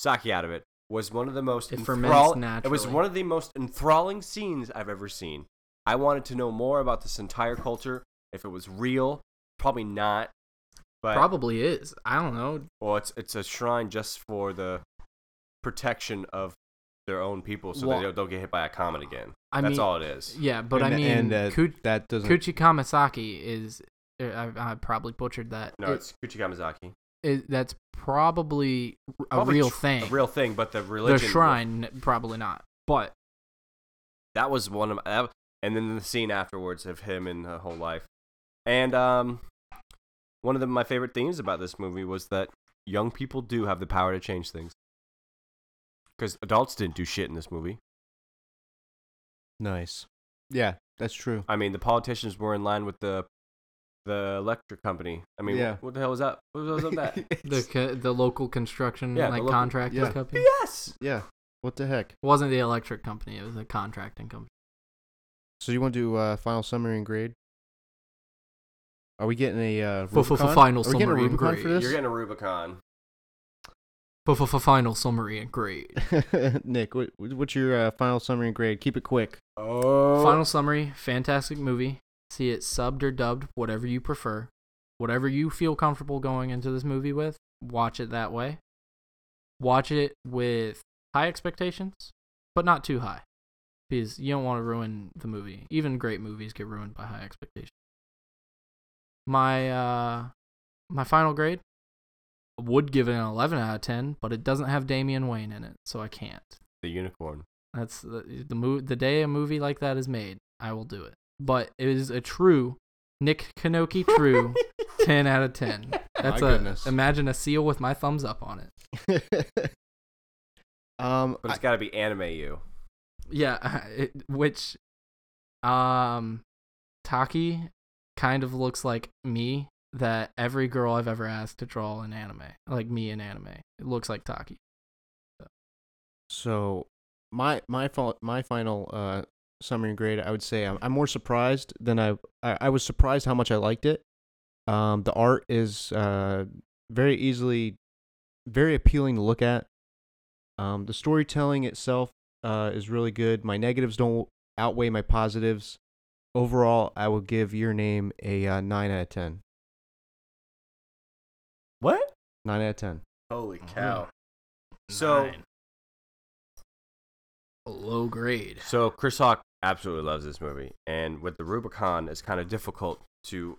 S3: sake out of it was one of the most
S4: It ferments
S3: enthrall- It was
S4: naturally.
S3: one of the most enthralling scenes I've ever seen. I wanted to know more about this entire culture, if it was real, probably not. But
S4: Probably is. I don't know.
S3: well, it's it's a shrine just for the protection of their own people, so
S4: Well-
S3: they don't, don't get hit by a comet again.
S4: I
S3: That's
S4: mean,
S3: all it is.
S4: yeah, but
S1: and,
S4: I mean,
S1: and uh,
S4: Ku-
S1: that doesn't.
S4: Kuchi Kamasaki is. er, I, I probably butchered that.
S3: No,
S4: It-
S3: it's Kuchi Kamazaki.
S4: it- that's probably a
S3: Probably
S4: real
S3: tr-
S4: thing.
S3: A real thing, but the
S4: the
S3: religion.
S4: shrine, probably not. But
S3: That was one of my, that, and then the scene afterwards of him and the whole life. And um, one of the, my favorite themes about this movie was that young people do have the power to change things. Because adults didn't do shit in this movie.
S1: Nice. Yeah, that's true.
S3: I mean, the politicians were in line with the the electric company. I mean,
S1: Yeah.
S3: what the hell was up? What was up with that?
S4: the co- the local construction
S3: Yeah, the
S4: like
S3: local-
S4: contracting
S1: yeah.
S4: company
S3: yes.
S1: yeah. What the heck?
S4: wasn't the electric company. It was a contracting company.
S1: So you want to do uh, final summary and grade? Are we getting a uh,
S4: For- for- for
S1: Rubicon?
S4: final
S1: Are we getting a
S4: summary and
S1: Rubicon
S4: grade.
S1: for
S3: You're
S1: this?
S3: getting a Rubicon.
S4: For for for final summary and grade.
S1: Nick, what, what's your uh, final summary and grade? Keep it quick.
S3: Oh.
S4: Final summary, fantastic movie. See it subbed or dubbed, whatever you prefer. Whatever you feel comfortable going into this movie with, watch it that way. Watch it with high expectations, but not too high. Because you don't want to ruin the movie. Even great movies get ruined by high expectations. My uh my final grade would give it an 11 out of 10, but it doesn't have Damian Wayne in it, so I can't.
S3: the unicorn.
S4: That's the the, mo- the day a movie like that is made, I will do it. But it is a true Nick Kanoki true 10 out of 10. That's
S1: My
S4: a
S1: goodness.
S4: imagine a seal with my thumbs up on it.
S1: um,
S3: But it's got to be anime you.
S4: Yeah, it, which um Taki kind of looks like me that every girl I've ever asked to draw an anime, like me in anime. It looks like Taki.
S1: So my my fault my final uh summary and grade I would say I'm, I'm more surprised than I, I I was surprised how much I liked it. Um the art is uh very easily very appealing to look at. Um the storytelling itself uh is really good. My negatives don't outweigh my positives. Overall, I will give your name a uh, 9 out of 10.
S3: What?
S1: 9 out of 10.
S3: Holy
S4: Oh.
S3: cow. So-
S4: Nine. low grade.
S3: So Chris Hawk absolutely loves this movie, and with the Rubicon, it's kind of difficult to.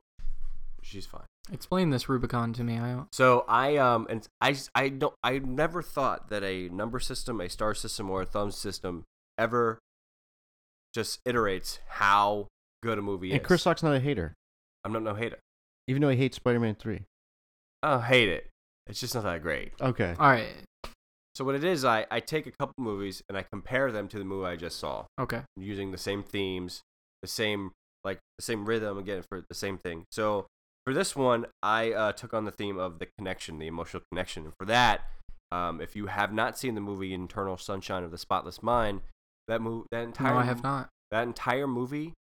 S3: She's fine.
S4: Explain this Rubicon to me. I
S3: So I um and I s- I don't I never thought that a number system, a star system, or a thumb system ever just iterates how good a movie
S1: And
S3: is.
S1: Chris Lock's not a hater,
S3: I'm not no hater.
S1: even though he hates Spider-Man 3.
S3: I don't hate it. It's just not that great.
S1: Okay.
S4: All right.
S3: So what it is, I I take a couple movies and I compare them to the movie I just saw.
S4: Okay.
S3: using the same themes, the same like the same rhythm again for the same thing. So for this one, I uh, took on the theme of the connection, the emotional connection, and for that, um, if you have not seen the movie Internal Sunshine of the Spotless Mind, that movie, that entire
S4: No, I have not.
S3: that entire movie,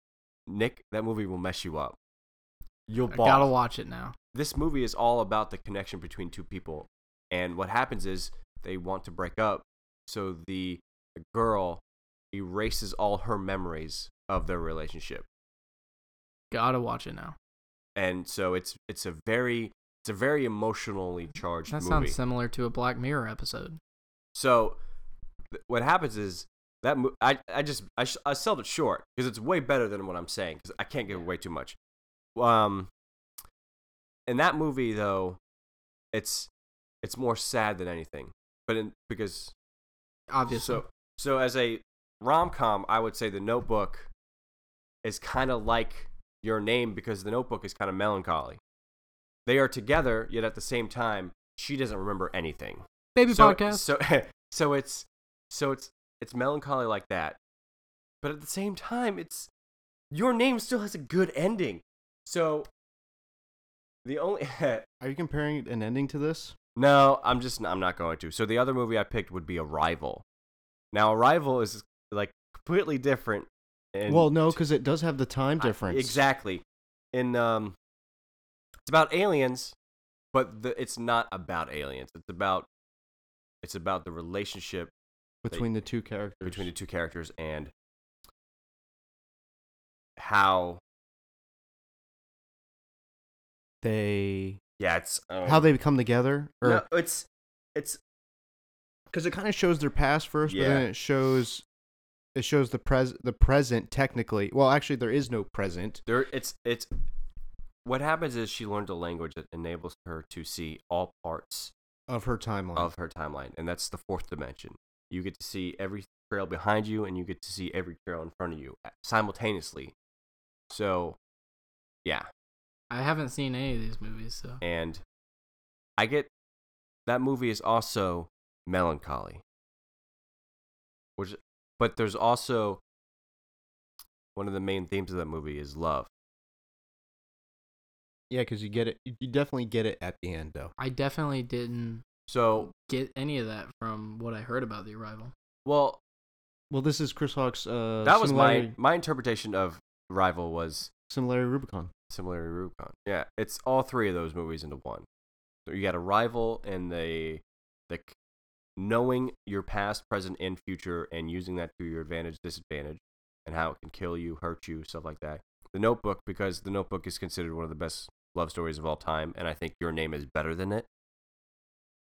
S3: Nick, that movie will mess you up. You'll
S4: I
S3: ball.
S4: gotta watch it now.
S3: This movie is all about the connection between two people, and what happens is they want to break up, so the the girl erases all her memories of their relationship
S4: Gotta watch it now.
S3: and so it's it's a very it's a very emotionally charged
S4: That
S3: movie
S4: sounds similar to a Black Mirror episode.
S3: so th- what happens is that mo- I, I just I, sh- I sold it short because it's way better than what i'm saying because i can't give away too much um in that movie though it's it's more sad than anything but in because
S4: Obviously.
S3: So, so as a rom com, I would say The Notebook is kind of like Your Name because The Notebook is kind of melancholy. They are together, yet at the same time, she doesn't remember anything.
S4: Baby
S3: so,
S4: podcast.
S3: So, so it's so it's it's melancholy like that, but at the same time, it's Your Name still has a good ending. So the only
S1: Are you comparing an ending to this?
S3: No, I'm just I'm not going to. So the other movie I picked would be Arrival. Now Arrival is like completely different. And
S1: well, no, because it does have the time
S3: I-
S1: difference.
S3: exactly. In um, it's about aliens, but the, it's not about aliens. It's about it's about the relationship
S1: between the two characters.
S3: between the two characters and how
S1: they
S3: yeah it's um,
S1: how they become together, or
S3: no, it's it's
S1: because it kind of shows their past first, but
S3: Yeah.
S1: then it shows it shows the pres the present technically. Well, actually, there is no present.
S3: There, it's it's what happens is she learned a language that enables her to see all parts
S1: of her timeline.
S3: of her timeline, and that's the fourth dimension. You get to see every trail behind you, and you get to see every trail in front of you uh, simultaneously. So, yeah,
S4: I haven't seen any of these movies, so
S3: and I get that movie is also melancholy, which but there's also one of the main themes of that movie is love.
S1: yeah, because you get it. You definitely get it at the end, though.
S4: I definitely didn't
S3: So,
S4: get any of that from what I heard about the arrival.
S3: well,
S1: Well, this is Chris Hawk's. Uh,
S3: that was my
S1: similarity-
S3: my interpretation of Rival was
S1: similarity Rubicon.
S3: similarity Rubicon. Yeah, it's all three of those movies into one. So you got a rival and the the c- knowing your past, present, and future, and using that to your advantage, disadvantage, and how it can kill you, hurt you, stuff like that. The Notebook, because The Notebook is considered one of the best love stories of all time, and I think Your Name is better than it.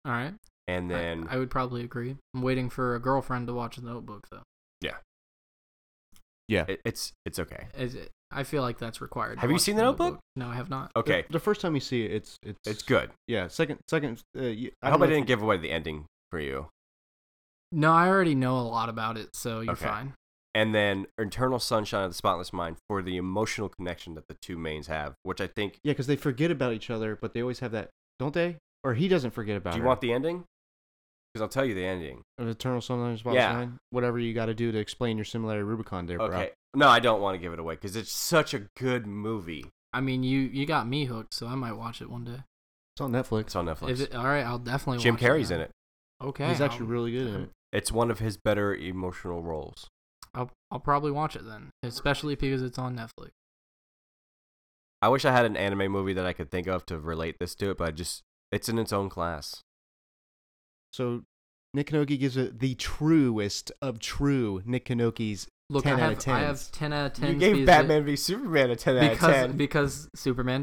S4: All right.
S3: And
S4: I-
S3: then
S4: I, would probably agree. I'm waiting for a girlfriend to watch the notebook though.
S1: Yeah.
S3: it, it's it's okay.
S4: Is it, I feel like that's required. to
S3: Have you
S4: watch
S3: seen The Notebook?
S4: No, I have not.
S3: Okay,
S1: The, the first time you see it, it's it's
S3: it's good.
S1: Yeah. Second, second. Uh, you,
S3: I,
S1: don't
S3: hope
S1: know
S3: I
S1: if
S3: didn't give away the ending for you.
S4: No, I already know a lot about it, so you're
S3: Okay.
S4: fine.
S3: and then Eternal Sunshine of the Spotless Mind for the emotional connection that the two mains have, which I think.
S1: Yeah, because they forget about each other, but they always have that, don't they? Or he doesn't forget about.
S3: Do you
S1: her.
S3: want the ending? Because I'll tell you the ending.
S1: An eternal sunlight spot
S3: Yeah.
S1: sign? Whatever you got to do to explain your similarity Rubicon, there, bro.
S3: Okay. No, I don't want to give it away because it's such a good movie.
S4: I mean, you you got me hooked, so I might watch it one day.
S1: It's on Netflix.
S3: It's on Netflix.
S4: Is it, all right, I'll definitely.
S3: Jim
S4: watch
S3: Carrey's
S4: now.
S3: in it.
S4: Okay,
S1: He's actually
S4: I'll-
S1: really good in it.
S3: It's one of his better emotional roles.
S4: I'll I'll probably watch it then, especially because it's on Netflix.
S3: I wish I had an anime movie that I could think of to relate this to it, but I just it's in its own class.
S1: So Nick Kanoki gives it the truest of true Nick Kanoki's.
S4: Look,
S1: 10
S4: I
S1: outta
S4: have I
S1: 10s.
S4: have ten out of ten.
S3: you gave Batman v Superman a ten out of
S4: because
S3: ten.
S4: because Superman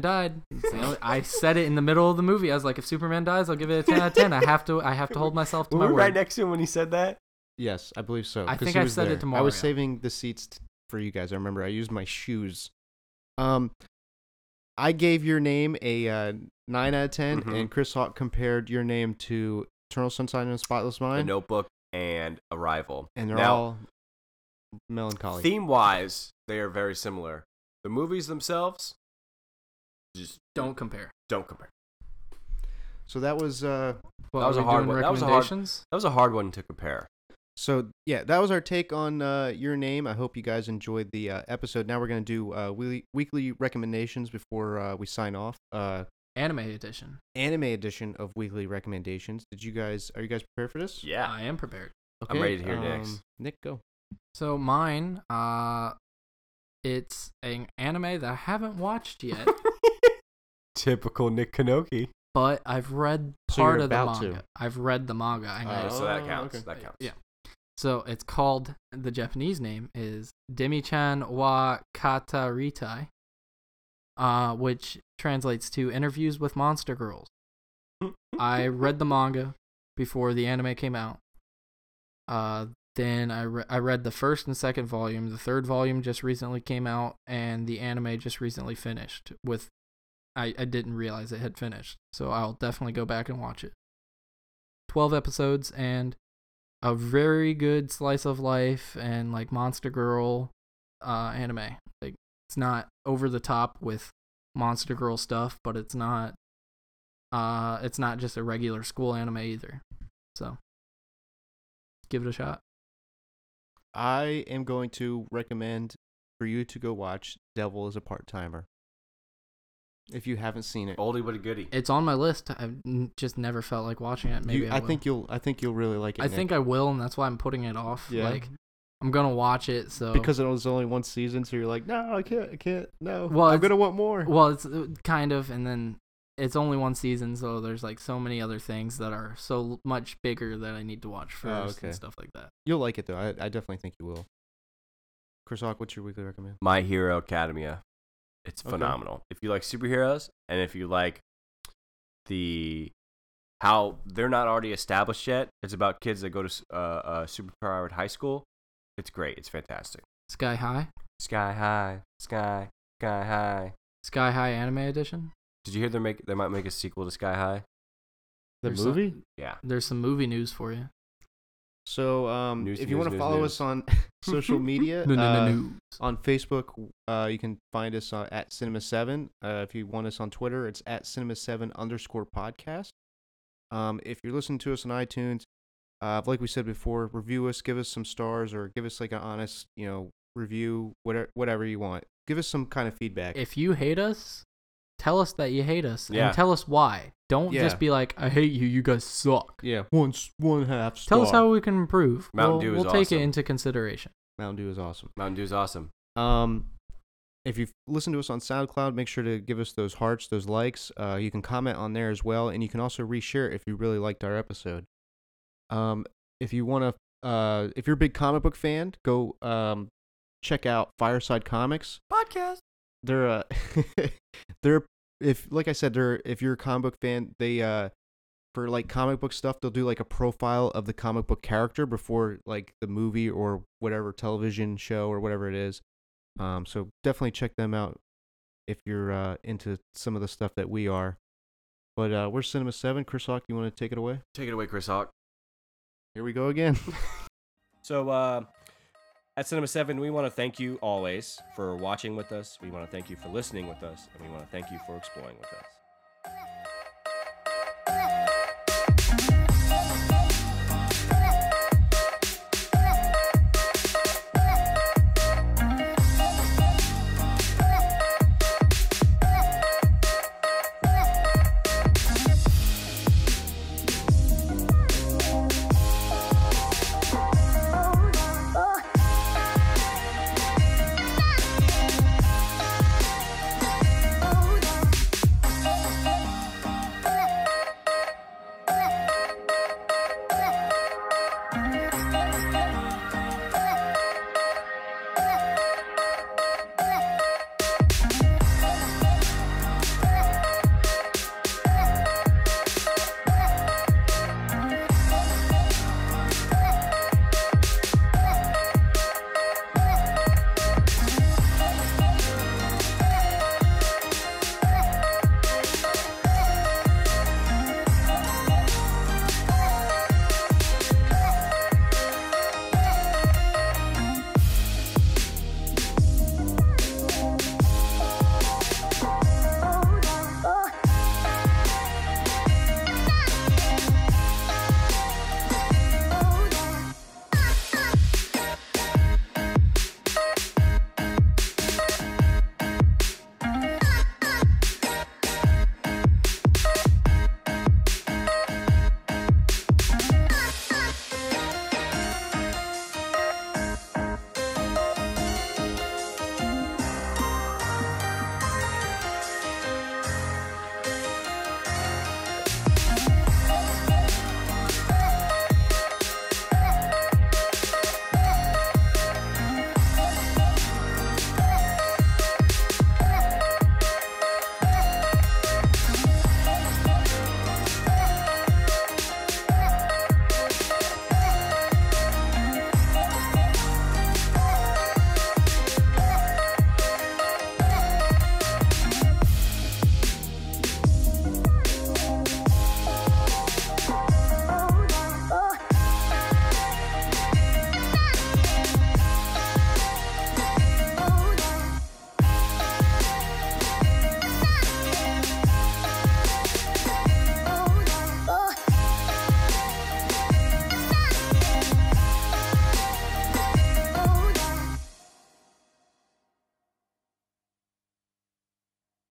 S4: died. It's the only- I said it in the middle of the movie. I was like, if Superman dies, I'll give it a ten out of ten. I have to I have to hold myself to
S3: Were
S4: my
S3: we
S4: word.
S3: right next to him when he said that?
S1: Yes, I believe so.
S4: I
S1: 'cause
S4: think
S1: he
S4: I
S1: was
S4: said it
S1: there.
S4: to
S1: I was
S4: Mario.
S1: saving the seats t- for you guys. I remember I used my shoes. Um, I gave your name a uh, nine out of 10
S4: Mm-hmm.
S3: Mhm.
S1: and Chris Hawk compared your name to Eternal Sunshine and Spotless
S3: The
S1: Mind,
S3: Notebook and Arrival.
S1: and they're
S3: Now,
S1: all melancholy.
S3: Theme wise, they are very similar. The movies themselves just
S4: Don't compare.
S3: don't compare.
S1: so that was uh,
S4: Well,
S3: That was
S4: are
S3: a
S4: we
S3: hard
S4: doing
S3: one. That was a hard-
S4: recommendations.
S3: That was a hard one to compare.
S1: So yeah, that was our take on uh, your name. I hope you guys enjoyed the uh, episode. Now we're gonna do uh, weekly, weekly recommendations before uh, we sign off. Uh,
S4: Anime edition.
S1: anime edition of weekly recommendations. Did you guys? Are you guys prepared for this? um,
S3: Yeah.
S4: I am prepared.
S3: I'm ready to hear Nick's.
S1: Nick, go.
S4: So mine, uh, it's an anime that I haven't watched yet,
S3: Typical Nick Kanoki.
S4: but I've read
S1: So
S4: part
S1: you're
S4: of the
S1: about to.
S4: manga. I've read the manga. I know.
S3: so
S1: Oh,
S3: that counts.
S1: okay.
S3: That counts.
S4: Yeah. So it's called the Japanese name is Demi-chan wa Kataritai, uh, which translates to interviews with monster girls. I read the manga before the anime came out. Uh, then I re- I read the first and second volume. The third volume just recently came out, and the anime just recently finished. With I I didn't realize it had finished, so I'll definitely go back and watch it. Twelve episodes and a very good slice of life and like Monster Girl uh, anime. Like it's not over the top with Monster Girl stuff, but it's not uh it's not just a regular school anime either. So give it a shot.
S1: I am going to recommend for you to go watch Devil is a Part Timer. If you haven't seen it,
S3: Oldie but a goodie.
S4: It's on my list. I've n- just never felt like watching it. Maybe
S1: you,
S4: I,
S1: I,
S4: will.
S1: think you'll. I think you'll really like it.
S4: I think
S1: Nick,
S4: I will, and that's why I'm putting it off.
S1: Yeah.
S4: Like I'm gonna watch it. So
S1: because it was only one season, so you're like, no, I can't, I can't, no.
S4: Well,
S1: I'm
S4: it's-
S1: gonna want more.
S4: Well, it's uh, kind of, and then it's only one season, so there's like so many other things that are so l- much bigger that I need to watch
S1: Oh,
S4: first
S1: okay.
S4: and stuff like that.
S1: You'll like it though. I, I definitely think you will. Chris Hawk, what's your weekly recommend?
S3: My Hero Academia. It's
S1: Okay.
S3: phenomenal. If you like superheroes and if you like the how they're not already established yet, it's about kids that go to s- uh, uh, superpowered high school. It's great. It's fantastic.
S4: Sky High,
S3: Sky high, sky, sky high.
S4: Sky High Anime Edition.
S3: Did you hear they're make they might make a sequel to Sky High?
S1: The
S4: There's
S1: movie?
S4: Some,
S3: Yeah.
S4: there's some movie news for you.
S1: So um,
S3: News,
S1: if you
S3: news,
S1: want to
S3: news,
S1: follow
S3: news.
S1: us on social media,
S4: No, no, no,
S1: uh,
S4: news.
S1: on Facebook, uh, you can find us uh, at Cinema7. Uh, if you want us on Twitter, it's at Cinema7 underscore podcast. Um, if you're listening to us on iTunes, uh, like we said before, review us, give us some stars, or give us like an honest, you know, review, whatever, whatever you want. Give us some kind of feedback.
S4: If you hate us, tell us that you hate us
S3: Yeah.
S4: and tell us why. Don't
S1: Yeah.
S4: just be like, I hate you. You guys suck.
S1: yeah, one s- one half star.
S4: Tell us how we can improve.
S3: Mountain
S4: we'll
S3: Dew is
S4: we'll take
S3: awesome.
S4: it into consideration.
S1: Mountain Dew is awesome.
S3: Mountain Dew's awesome.
S1: Um, if you've listened to us on SoundCloud, make sure to give us those hearts, those likes. Uh, you can comment on there as well, and you can also reshare it if you really liked our episode. Um, if you want to, uh, if you're a big comic book fan, go um, check out Fireside Comics
S3: Podcast.
S1: they're uh they're if like I said they're if you're a comic book fan they uh for like comic book stuff they'll do like a profile of the comic book character before like the movie or whatever television show or whatever it is um so definitely check them out if you're uh into some of the stuff that we are but uh we're cinema 7 Chris Hawk you want to take it away
S3: Take it away, Chris Hawk.
S1: here we go again
S5: So uh, at Cinema Seven, we want to thank you always for watching with us. We want to thank you for listening with us, and we want to thank you for exploring with us.